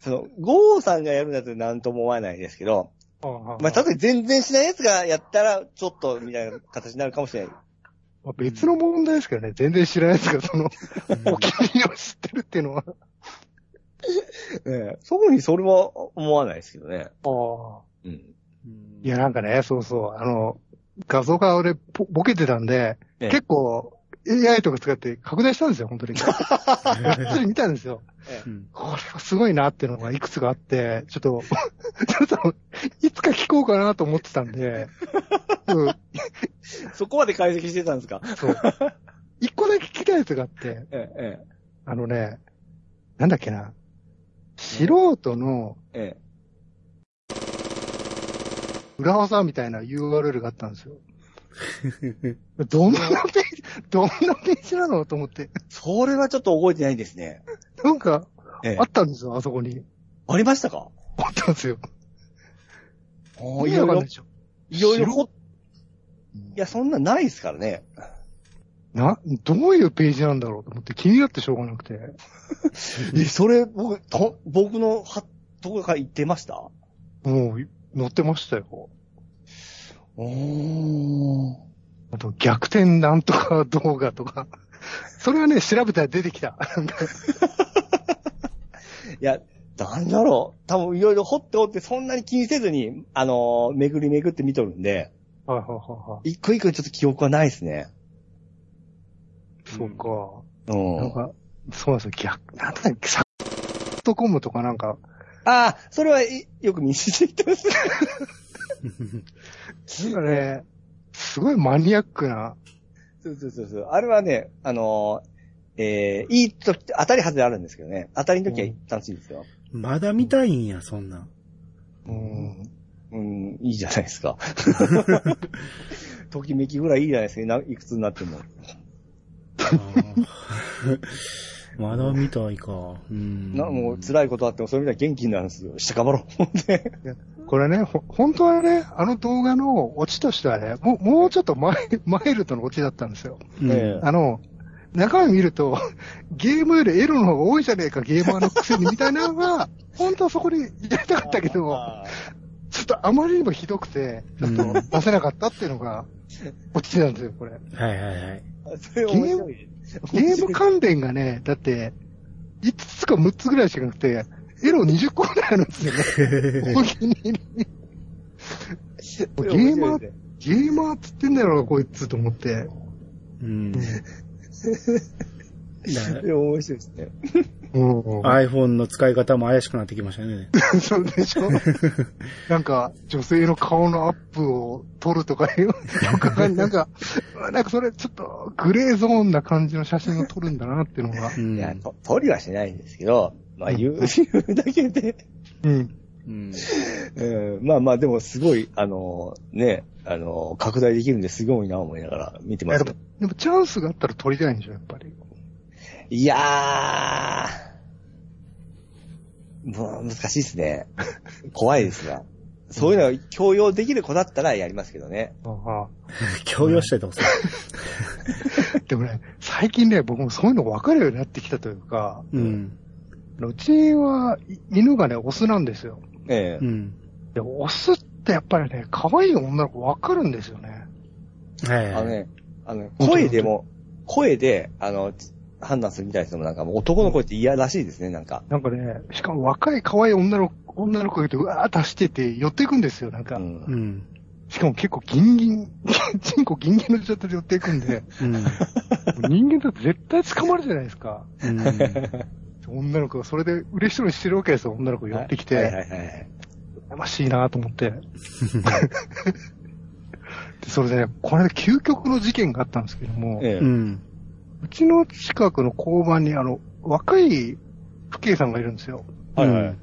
Speaker 2: その、ゴーさんがやるやつなんとも思わないですけど、まあ、
Speaker 3: た
Speaker 2: 確かに全然しないやつがやったら、ちょっと、みたいな形になるかもしれない。
Speaker 3: まあ別の問題ですけどね、全然知らないですけど、その、お気に入りを知ってるっていうのは。
Speaker 2: ええ。特にそれは思わないですけどね。
Speaker 3: ああ。
Speaker 2: うん。
Speaker 1: うん
Speaker 3: いや、なんかね、そうそう、あの、画像が俺、ぼボケてたんで、
Speaker 2: ええ
Speaker 3: 結構、AI とか使って拡大したんですよ、本当に。普通に見たんですよ。
Speaker 1: うん
Speaker 3: これはすごいなっていうのがいくつかあって、ちょっと、 ちょっと、いつか聞こうかなと思ってたんで、うん、
Speaker 2: そこまで解析してたんですか
Speaker 3: そう。一個だけ聞きたいやつがあって、
Speaker 2: ええ、え
Speaker 3: あのね、なんだっけな、素人の
Speaker 2: え、え
Speaker 3: 裏技みたいな URL があったんですよ。どんなページ、どんなページなのと思って、
Speaker 2: え。それはちょっと覚えてないですね。
Speaker 3: なんか、
Speaker 2: ええ
Speaker 3: あ。ったんですよ、あそこに。
Speaker 2: ありましたか
Speaker 3: あったんですよ。
Speaker 2: お
Speaker 3: 意味わかんないでしょ。
Speaker 2: いろいろ
Speaker 3: 白
Speaker 2: ほ、いや、そんなないですからね。
Speaker 3: な、どういうページなんだろうと思って気になってしょうがなくて。
Speaker 2: え、それ、僕、と、僕の、は、どこか行ってました
Speaker 3: もう、載ってましたよ。
Speaker 2: おー。
Speaker 3: あと、逆転なんとか動画とか。それはね、調べたら出てきた。
Speaker 2: いや、なんだろう。多分いろいろ掘って掘って、そんなに気にせずに、あのー巡り巡って見とるんで、
Speaker 3: はいはいはいは
Speaker 2: 一個一個ちょっと記憶はないですね。
Speaker 3: い。そう
Speaker 2: う
Speaker 3: か。なん
Speaker 2: ん。あ
Speaker 3: か、そうなんですよ。逆、なんとか、サットコムとかなんか、
Speaker 2: あー、それはいよく見せていただいてます。
Speaker 3: なんかね、すごいマニアックな、
Speaker 2: そうそうそうそう。あれはね、あのーえー、いい時って、当たり外れあるんですけどね。当たりの時は楽しいんですよ。
Speaker 1: まだ見たいんや、そんなん。
Speaker 3: うん、
Speaker 2: うん、いいじゃないですか。ときめきぐらいいいじゃないですか。ないくつになっても。
Speaker 1: あー まだ見たいか。うん。
Speaker 2: な、もう辛いことあっても、それみたい元気になるんですよ。下頑張ろう。って
Speaker 3: これね、ほ、本当はね、あの動画のオチとしてはね、もう、もうちょっとマイ マイルドのオチだったんですよ。
Speaker 1: うん
Speaker 2: ええ
Speaker 3: あの、中身見ると、 ゲームよりエロの方が多いじゃねえか、ゲーマーのくせに、みたいなのが、本当はそこにやりたかったけど、
Speaker 2: あ
Speaker 3: ちょっとあまりにもひどくて、ちょっと出せなかったっていうのが、落ちなんですよ、これ。
Speaker 1: はいはいはい。
Speaker 2: ーそれ面白い。
Speaker 3: ゲーム関連がね、だって、5つか6つぐらいしかなくて、エロ20個ぐらいあるんですよ ね。お気に入りに。
Speaker 2: それ面白い
Speaker 3: ゲーマ
Speaker 2: で
Speaker 3: ー、ゲーマーっつってんだろうな、こいつと思って。
Speaker 1: うん。
Speaker 2: すね。それ面白いですね。
Speaker 3: うん。
Speaker 1: iPhone の使い方も怪しくなってきましたね。
Speaker 3: そうでしょなんか、女性の顔のアップを撮るとか いう、とか、なんか、なんかそれちょっとグレーゾーンな感じの写真を撮るんだなっていうのが
Speaker 1: う。
Speaker 2: い
Speaker 1: ん。
Speaker 2: や、と取りはしないんですけど、まあ言う、
Speaker 3: うん
Speaker 2: 言うだけで、
Speaker 3: うん。
Speaker 1: うん。
Speaker 2: うん、まあまあでもすごい、あのね、あの拡大できるんですごいな思いながら見て
Speaker 3: い
Speaker 2: ま
Speaker 3: や
Speaker 2: す
Speaker 3: でも、でもチャンスがあったら撮りたいんでしょ、やっぱり。
Speaker 2: いやー、もう難しいですね。怖いですが。そういうのが強要できる子だったらやりますけどね。
Speaker 1: 強要してたもんそれ
Speaker 3: でもね、最近ね、僕もそういうの分かるようになってきたというか、
Speaker 1: うん。
Speaker 3: うちは、い犬がね、オスなんですよ。
Speaker 2: ええ
Speaker 1: うん。
Speaker 3: で、オスってやっぱりね、可愛い女の子わかるんですよね。
Speaker 1: はい。
Speaker 2: あのね、あのね、声でも、声で、あの、判断するみたいですもんなんかもう男の声って嫌らしいですね、なんか。
Speaker 3: なんかね、しかも若い可愛い女の子、女の子がいて、うわーっと走ってて、寄っていくんですよ、なん
Speaker 2: う
Speaker 3: か。
Speaker 2: ん
Speaker 1: う。ん。
Speaker 3: しかも結構ギンギン、 チンコギンギンの状態で寄っていくんで、
Speaker 1: うん。
Speaker 3: 人間だって絶対捕まるじゃないですか。
Speaker 1: うん
Speaker 3: 女の子がそれで嬉しそうにしてるわけですよ、女の子寄ってき
Speaker 2: はいは
Speaker 3: て。
Speaker 2: いはいはい。
Speaker 3: やましいなと 思って。でそれでね、これで究極の事件があったんですけども、
Speaker 2: え
Speaker 1: う
Speaker 2: え。
Speaker 1: ん。
Speaker 3: うちの近くの交番にあの、若い父兄さんがいるんですよ。
Speaker 2: はいはい。うん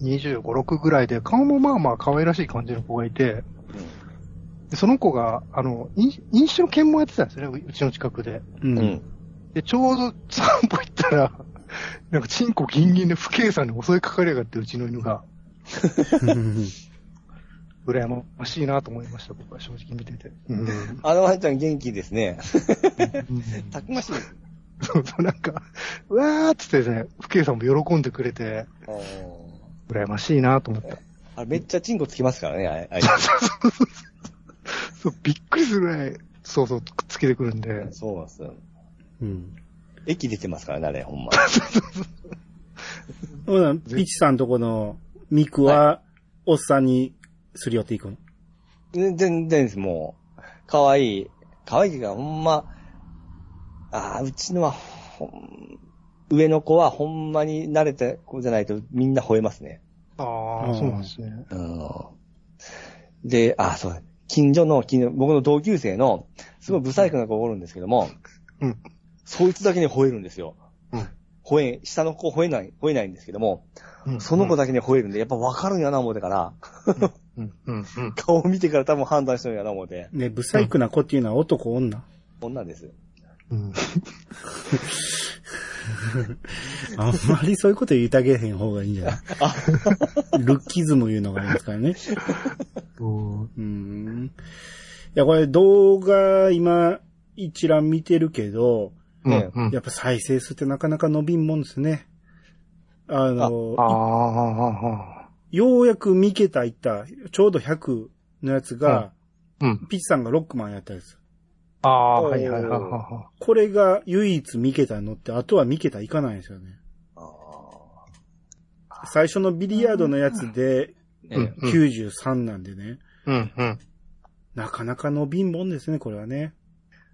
Speaker 3: 25、6ぐらいで、顔もまあまあ可愛らしい感じの子がいて、でその子が、あの、飲飲酒の検問やってたんですよね、ううちの近くで。
Speaker 1: う。
Speaker 2: うんん。
Speaker 3: で、ちょうど散歩行ったら、 なんかチンコギンギンで父兄さんに襲いかかりやがって、うちの犬が。羨ましいなと思いました、僕は正直見てて。うん。
Speaker 2: あのワンちゃん元気ですね。
Speaker 3: うん
Speaker 2: たくましい。
Speaker 3: そうそう、なんか、うわーっつってね、父兄さんも喜んでくれて、
Speaker 2: あー
Speaker 3: 羨ましいなと思った。
Speaker 2: あれめっちゃチンコつきますからね、あれ。あれ
Speaker 3: そう、びっくりするぐらい、そうそう、くっつけてくるんで、
Speaker 2: そうなんですよ。
Speaker 1: うん。
Speaker 2: 駅出てますからね、あれ、ほんま。
Speaker 1: ほなピチさんとこのミクは、おっさんにすり寄っていくの
Speaker 2: 全然です、もう。可愛い。可愛いが、ほんま、ああ、うちのは、ほん、上の子はほんまに慣れた子じゃないとみんな吠えますね。
Speaker 3: あ
Speaker 1: うん
Speaker 3: あ、そうなんですね。
Speaker 2: うん。で、あ、そうだ。近所の、近所僕の同級生の、すごい不細工な子がおるんですけども、
Speaker 3: うん。
Speaker 2: そいつだけに吠えるんですよ。
Speaker 3: うん
Speaker 2: 吠えん、下の子吠えない、吠えないんですけども、
Speaker 3: うん
Speaker 2: その子だけに吠えるんで、やっぱ分かるんやな思うてから、
Speaker 3: うん、うん、うん。
Speaker 2: 顔を見てから多分判断してるんやな思うて、
Speaker 1: ね、ブサイクな子っていうのは男女
Speaker 2: 女です。
Speaker 3: うん
Speaker 1: あんまりそういうこと言いたげへん方がいいんじゃないルッキズムいうのがありますからね。
Speaker 3: うん
Speaker 1: うん。いや、これ動画今一覧見てるけど、
Speaker 2: ね
Speaker 3: うん
Speaker 1: やっぱ再生数ってなかなか伸びんもんですね。あの、
Speaker 3: ああ、
Speaker 1: ようやく見けたいった、ちょうど100のやつが、
Speaker 3: うん。
Speaker 1: ピチさんがロックマンやったやつ。
Speaker 3: ああ、はいはいはいはいは
Speaker 1: これが唯一見けたのって、あとは見けたいかないんですよね。
Speaker 2: あ
Speaker 1: 最初のビリヤードのやつで
Speaker 2: ー
Speaker 3: い。
Speaker 2: ね
Speaker 3: うん
Speaker 1: 93なんでね。
Speaker 3: うん、うん。
Speaker 1: なかなか伸びんもんですね、これはね。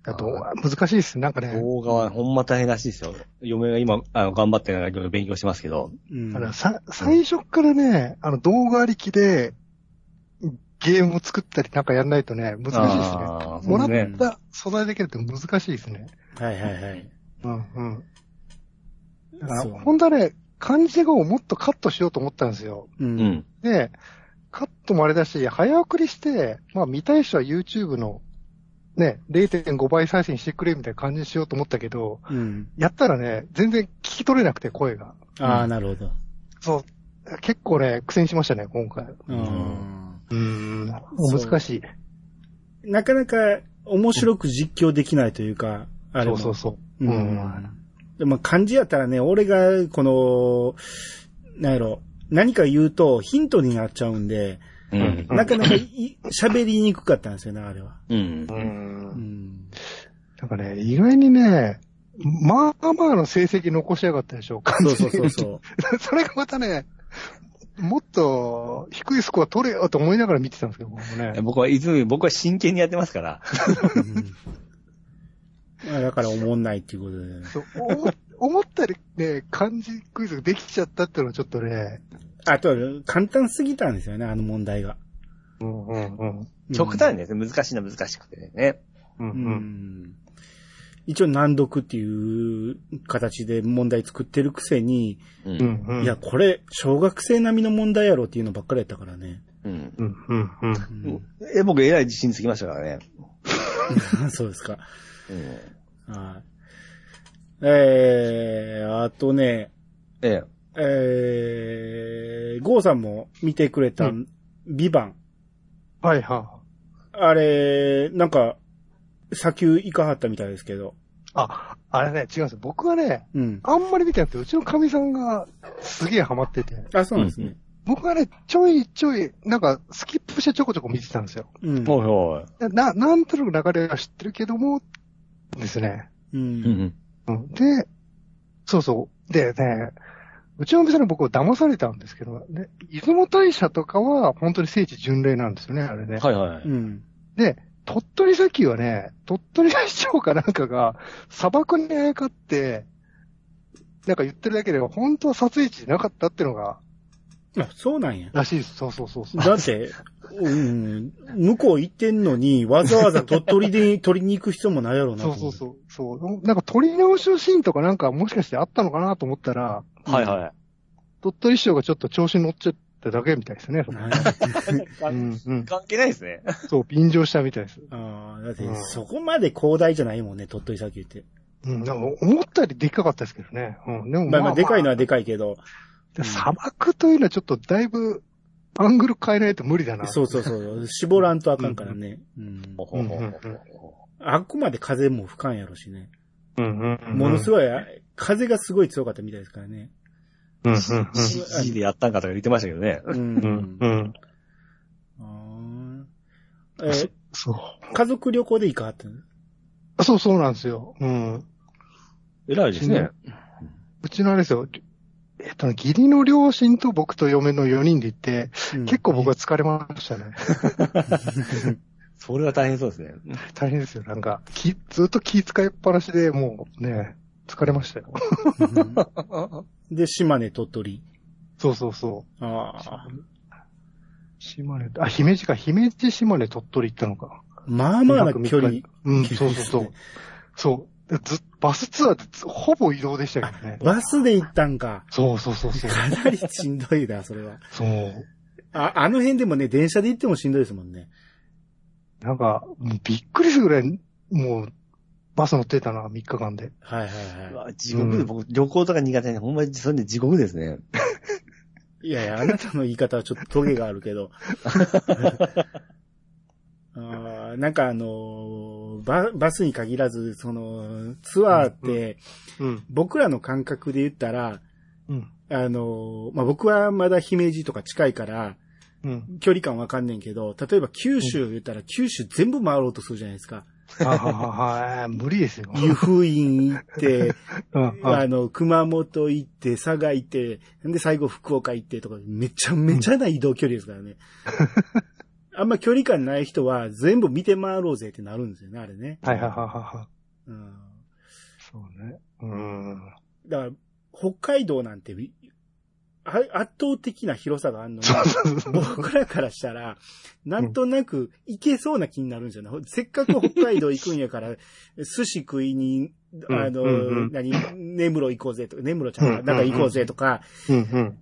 Speaker 3: あと、難しいですね、なんかね。
Speaker 2: 動画はほんま大変らしいですよ。嫁が今、あの、頑張ってなんかいろいろ勉強してますけど。
Speaker 1: うん
Speaker 3: あ。のさ最初からね、あの、動画ありきで、ゲームを作ったりなんかやんないとね、難しいですね。
Speaker 2: あー
Speaker 3: もら
Speaker 2: そうですね
Speaker 3: った素材だけだと難しいですね。
Speaker 1: はいはいはい。
Speaker 3: うんうん。だから、
Speaker 1: そう
Speaker 3: 本当はね、漢字語をもっとカットしようと思ったんですよ。
Speaker 1: う。
Speaker 2: うんん。
Speaker 3: で、カットもあれだし、早送りして、まあ見たい人は YouTube の、ね、0.5倍再生にしてくれみたいな感じにしようと思ったけど、
Speaker 1: うん。
Speaker 3: やったらね、全然聞き取れなくて声が。
Speaker 1: ああ、なるほど。
Speaker 3: そう。結構ね、苦戦しましたね、今回。
Speaker 1: う
Speaker 2: うんん。
Speaker 3: うん。
Speaker 1: そう
Speaker 3: 難しい。
Speaker 1: なかなか面白く実況できないというか、あれ
Speaker 3: そ
Speaker 1: も。
Speaker 3: うそうそうう。
Speaker 1: ん。でも漢字やったらね、俺が、この、なんやろ、何か言うとヒントになっちゃうんで、
Speaker 2: うん。
Speaker 1: なかなかい 喋りにくかったんですよね、あれは。
Speaker 2: うん
Speaker 3: う。ん
Speaker 1: う。ん。
Speaker 3: なんかね、意外にね、まあまあの成績残しやがったでしょ、感
Speaker 1: そ
Speaker 3: じ
Speaker 1: うそうそうそう。
Speaker 3: それがまたね、もっと低いスコア取れよと思いながら見てたんですけど、僕もね。
Speaker 2: 僕はいつも、僕は真剣にやってますから。
Speaker 1: うんまあだから思んないっていうことで、ね。
Speaker 3: そう思 思ったよりね、漢字クイズができちゃったっていうのはちょっとね、
Speaker 1: あとは簡単すぎたんですよね、あの問題が。
Speaker 6: うんうんうん
Speaker 1: うん
Speaker 2: 極端ですね。難しいのは難しくてね。
Speaker 6: う
Speaker 1: うんん一応難読っていう形で問題作ってるくせに、
Speaker 2: う。
Speaker 6: うんんうん
Speaker 1: いや、これ、小学生並みの問題やろっていうのばっかりやったからね。
Speaker 2: うん。
Speaker 6: うんうんうん
Speaker 1: う ん
Speaker 2: え、僕、えらい自信つきましたからね。
Speaker 1: そうですか。
Speaker 2: うん。
Speaker 1: はい。えー、あとね、
Speaker 2: ええ。
Speaker 1: えー、ゴーさんも見てくれた、
Speaker 3: う
Speaker 1: ビバン。
Speaker 3: はいは
Speaker 1: あれ、なんか、砂丘行かはったみたいですけど。
Speaker 3: い。あ、あれね、違うんですよ。僕はね、
Speaker 1: うん。
Speaker 3: あんまり見てなくて、うちの神さんがすげえハマってて、
Speaker 1: あ、そうなんですね。
Speaker 3: 僕がね、ちょいちょい、なんか、スキップしてちょこちょこ見てたんですよ。
Speaker 1: うん。
Speaker 2: はいは
Speaker 3: な、なんとなく流れは知ってるけども、ですね。
Speaker 1: う。
Speaker 2: い。うんん。
Speaker 3: うんで、そうそう。でね、うちの店の僕を騙されたんですけど、ね、出雲大社とかは本当に聖地巡礼なんですよね、あれね。
Speaker 2: はいは
Speaker 1: う
Speaker 2: い。
Speaker 1: ん。
Speaker 3: で、鳥取砂丘はね、鳥取市長かなんかが砂漠にあやかって、なんか言ってるだけで、本当は撮影地じゃなかったっていうのが、
Speaker 1: あ、そうなんや。
Speaker 3: らしいです。そうそうそう そう。
Speaker 1: だって、うん、向こう行ってんのに、わざわざ鳥取で取りに行く必要もないやろうなと
Speaker 3: そ
Speaker 1: 思
Speaker 3: う
Speaker 1: って。
Speaker 3: そうそう。そう。なんか撮り直しのシーンとかなんかもしかしてあったのかなと思ったら、
Speaker 2: はいは
Speaker 3: 鳥取市長がちょっと調子に乗っちゃっただけみたいですね。
Speaker 1: なんや
Speaker 3: う
Speaker 2: い。
Speaker 3: んうん。
Speaker 2: 関係ないですね。
Speaker 3: そう、便乗したみたいです。
Speaker 1: ああ、だって
Speaker 3: う、ん
Speaker 1: そこまで広大じゃないもんね、鳥取砂丘って。
Speaker 3: うん。なんか思ったよりでっかかったですけどね。うん。でも
Speaker 1: まあまあ、でかいのはでかいけど、
Speaker 3: で砂漠というのはちょっとだいぶ、アングル変えないと無理だな。
Speaker 1: そうそうそう、絞らんとあかんからね。うん。
Speaker 2: ほうほうほう
Speaker 3: うんうん
Speaker 1: あっこまで風も吹かんやろしね。
Speaker 4: うんうんうん。
Speaker 1: ものすごい、風がすごい強かったみたいですからね。
Speaker 4: うんうんうん
Speaker 2: CG でやったんかとか言ってましたけどね。
Speaker 1: う
Speaker 4: うん
Speaker 1: ん。
Speaker 4: うん。
Speaker 1: あーえ、
Speaker 3: そう。
Speaker 1: 家族旅行で行かはったの
Speaker 3: そうそうなんですよ。うん。
Speaker 2: 偉いですね。
Speaker 3: うちのあれですよ。えっとね、義理の両親と僕と嫁の4人で行って、結構僕は疲れましたね。
Speaker 2: それは大変そうですね。
Speaker 3: 大変ですよ。なんか、気、ずっと気使いっぱなしでもうね、疲れましたよ。
Speaker 1: 構。で、島根、鳥取。
Speaker 3: そうそうそう。
Speaker 1: ああ。
Speaker 3: 島根、あ、姫路か、姫路、島根、鳥取行ったのか。
Speaker 1: まあまあな距離。
Speaker 3: 2泊三日うん、
Speaker 1: 距離
Speaker 3: そうそうそう。そう。でずバスツアーでずほぼ移動でしたけどね。
Speaker 1: バスで行ったんか。
Speaker 3: そうそうそうそう。
Speaker 1: かなりしんどいな、それは。
Speaker 3: そう。
Speaker 1: あ、あの辺でもね、電車で行ってもしんどいですもんね。
Speaker 3: なんか、もうびっくりするぐらい、もう、バス乗ってたな、3日間で。
Speaker 1: はいはいうは
Speaker 2: わ地獄で、
Speaker 3: うん
Speaker 2: 僕、旅行とか苦手で、ほんまに、それで地獄ですね。
Speaker 1: い。いやいや、あなたの言い方はちょっとトゲがあるけど。 あーなんかあのーバ、バスに限らず、その、ツアーって、
Speaker 3: うん。
Speaker 1: 僕らの感覚で言ったら、
Speaker 3: うん。
Speaker 1: あのーまあ、僕はまだ姫路とか近いから、
Speaker 3: うん。
Speaker 1: 距離感わかんねんけど、例えば九州言ったら九州全部回ろうとするじゃないですか。
Speaker 3: あははは、無理ですよ。
Speaker 1: 湯布院行って、
Speaker 3: うん
Speaker 1: あの、熊本行って、佐賀行って、で最後福岡行ってとか、めちゃめちゃな移動距離ですから ね。あんま距離感ない人は全部見て回ろうぜってなるんですよね、あれね。
Speaker 3: はいはいはいはいはい。
Speaker 1: うん、
Speaker 3: そうね。うん。
Speaker 1: だから、北海道なんて、あ圧倒的な広さがあるのに、僕らからしたら、なんとなく行けそうな気になるんじゃない、せっかく北海道行くんや から、寿司食いに、あの、
Speaker 4: うんうんうん
Speaker 1: 何、根室行こうぜとか、根室ちゃんか、なんか行こうぜとか、
Speaker 4: うんうん。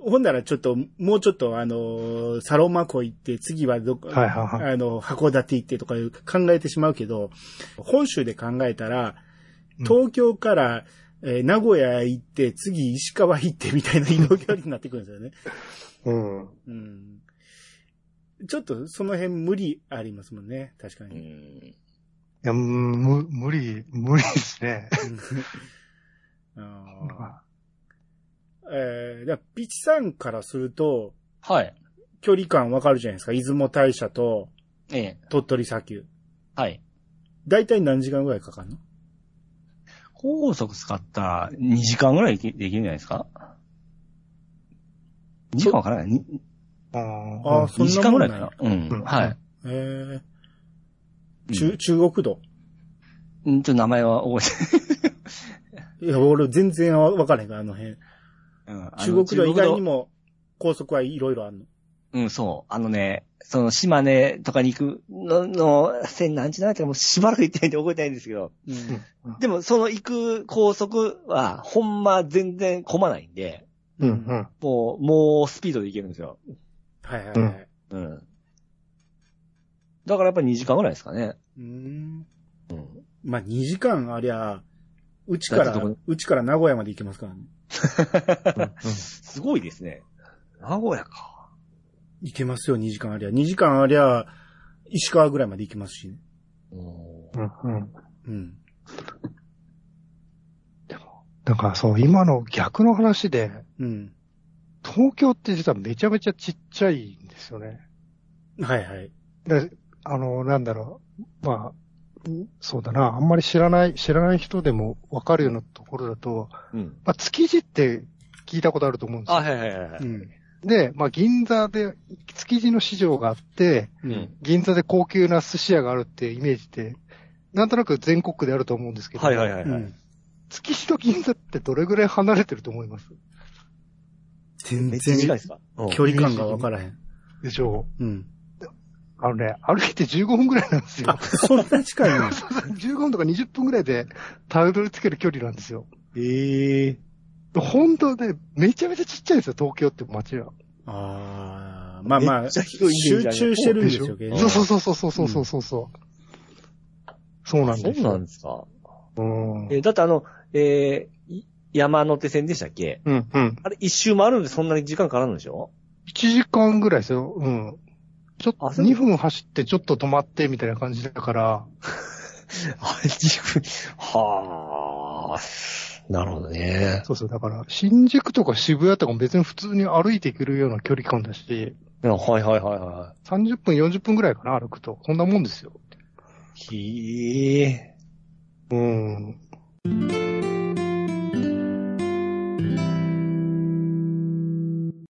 Speaker 1: ほんならちょっと、もうちょっとあの、サロマ湖行って、次はどっか、
Speaker 3: はいはいはい。
Speaker 1: あの、函館行ってとか考えてしまうけど、本州で考えたら、
Speaker 3: うん
Speaker 1: 東京から、えー名古屋行って、次石川行ってみたい な移動距離になってくるんですよね。
Speaker 4: うん。
Speaker 1: うん。ちょっとその辺無理ありますもんね、確か
Speaker 2: う
Speaker 1: に。
Speaker 2: ん
Speaker 3: いや、む、無理、無理ですね。
Speaker 1: あーえー、だからピチさんからすると、
Speaker 2: はい。
Speaker 1: 距離感わかるじゃないですか。出雲大社と
Speaker 2: ええ。
Speaker 1: 鳥取砂丘。
Speaker 2: はい。
Speaker 1: だいたい何時間ぐらいかかるの
Speaker 2: 高速使ったら2時間ぐらいできできるんじゃないですか ?2 時間わからない。に
Speaker 1: あ
Speaker 3: あ
Speaker 1: あ、
Speaker 3: あ、
Speaker 1: そ
Speaker 2: 2
Speaker 1: ん
Speaker 2: 時
Speaker 1: な
Speaker 2: 間
Speaker 1: も
Speaker 2: ぐ
Speaker 1: んな
Speaker 2: ら
Speaker 1: ん
Speaker 2: い
Speaker 1: や
Speaker 2: かな。うん。
Speaker 3: うん
Speaker 2: はい。
Speaker 1: えー、
Speaker 2: 中
Speaker 1: 中、中国道。
Speaker 2: うん、ちょっと名前は覚えて
Speaker 1: いや、俺全然わからへんから、あの辺。
Speaker 2: ない。 うんあの
Speaker 1: 中国道以外にも高速はいろいろあるの。
Speaker 2: うん、そう。あのね、その島根とかに行くの、の、線何時だったかもうしばらく行ってないんで覚えてないんですけど。でも、その行く高速は、ほんま全然混まないんで、
Speaker 4: うんうん。
Speaker 2: もう、もうスピードで行けるんですよ。
Speaker 1: はいはいはい。
Speaker 2: うん。だからやっぱり2時間ぐらいですかね。
Speaker 1: うーん。
Speaker 2: うん。
Speaker 1: まあ、2時間ありゃ、うちか
Speaker 2: だって
Speaker 1: ら
Speaker 2: どこ、
Speaker 1: うちから名古屋まで行けますからね。
Speaker 2: すごいですね。名古屋か。
Speaker 1: 行けますよ、2時間ありゃ。2時間ありゃ、石川ぐらいまで行きますしね。
Speaker 4: うんうん。
Speaker 1: うん。
Speaker 3: なんかそう、今の逆の話で、
Speaker 1: うん。
Speaker 3: 東京って実はめちゃめちゃちっちゃいんですよね。
Speaker 1: はいはい。
Speaker 3: であの、なんだろう。まあ、んそうだな。あんまり知らない、知らない人でもわかるようなところだと、
Speaker 2: うん。
Speaker 3: まあ、築地って聞いたことあると思うんです
Speaker 2: あ、
Speaker 3: よ。
Speaker 2: はいはいはいは
Speaker 1: う
Speaker 2: い。
Speaker 1: ん。
Speaker 3: で、まあ、銀座で、築地の市場があって、
Speaker 2: うん。
Speaker 3: 銀座で高級な寿司屋があるってイメージって、なんとなく全国であると思うんですけど、
Speaker 2: はいはいはいは
Speaker 1: う
Speaker 2: い。
Speaker 1: ん。
Speaker 3: 築地と銀座ってどれぐらい離れてると思います
Speaker 1: 全
Speaker 2: めっちゃ近い
Speaker 1: 然
Speaker 2: ですかうん
Speaker 1: 距離感がわからへん。
Speaker 3: でしょ
Speaker 1: うん。
Speaker 3: うあのね、歩いて15分ぐらいなんですよ
Speaker 1: あ、。そんな近いの
Speaker 3: 15分とか20分ぐらいでたどり着ける距離なんですよ。
Speaker 2: ええ。
Speaker 3: 本当ね、めちゃめちゃちっちゃいんですよ、東京って街は。
Speaker 1: ああ、まあま
Speaker 2: めっ
Speaker 1: あ、
Speaker 2: ちゃ
Speaker 1: 集
Speaker 2: 広いイメージある
Speaker 1: 中してるんです
Speaker 3: でし
Speaker 1: よ、
Speaker 3: ょ
Speaker 1: 芸
Speaker 3: そ
Speaker 1: 人
Speaker 3: うそうそうそうそうそうそうそう。そうなん
Speaker 2: そう
Speaker 3: です
Speaker 2: なん
Speaker 3: よ。
Speaker 2: ですか。
Speaker 4: うん
Speaker 2: えーだってあの、えーい山手線でしたっけ
Speaker 4: うんうん。
Speaker 2: あれ一周回るんでそんなに時間かかるんでし ょ
Speaker 3: 1時間ぐらいですよ。うん。ちょっと、
Speaker 2: あそう
Speaker 3: 2分走ってちょっと止まってみたいな感じだか
Speaker 2: あ
Speaker 3: ら、
Speaker 2: れ、自分、はあ、なるほどね。
Speaker 3: そうそう、だから、新宿とか渋谷とかも別に普通に歩いていけるような距離感だし、
Speaker 2: いやはいはいはいは
Speaker 3: 30分、40分ぐらいかな、歩くと。こんなもんですよ。
Speaker 2: い。ひえ。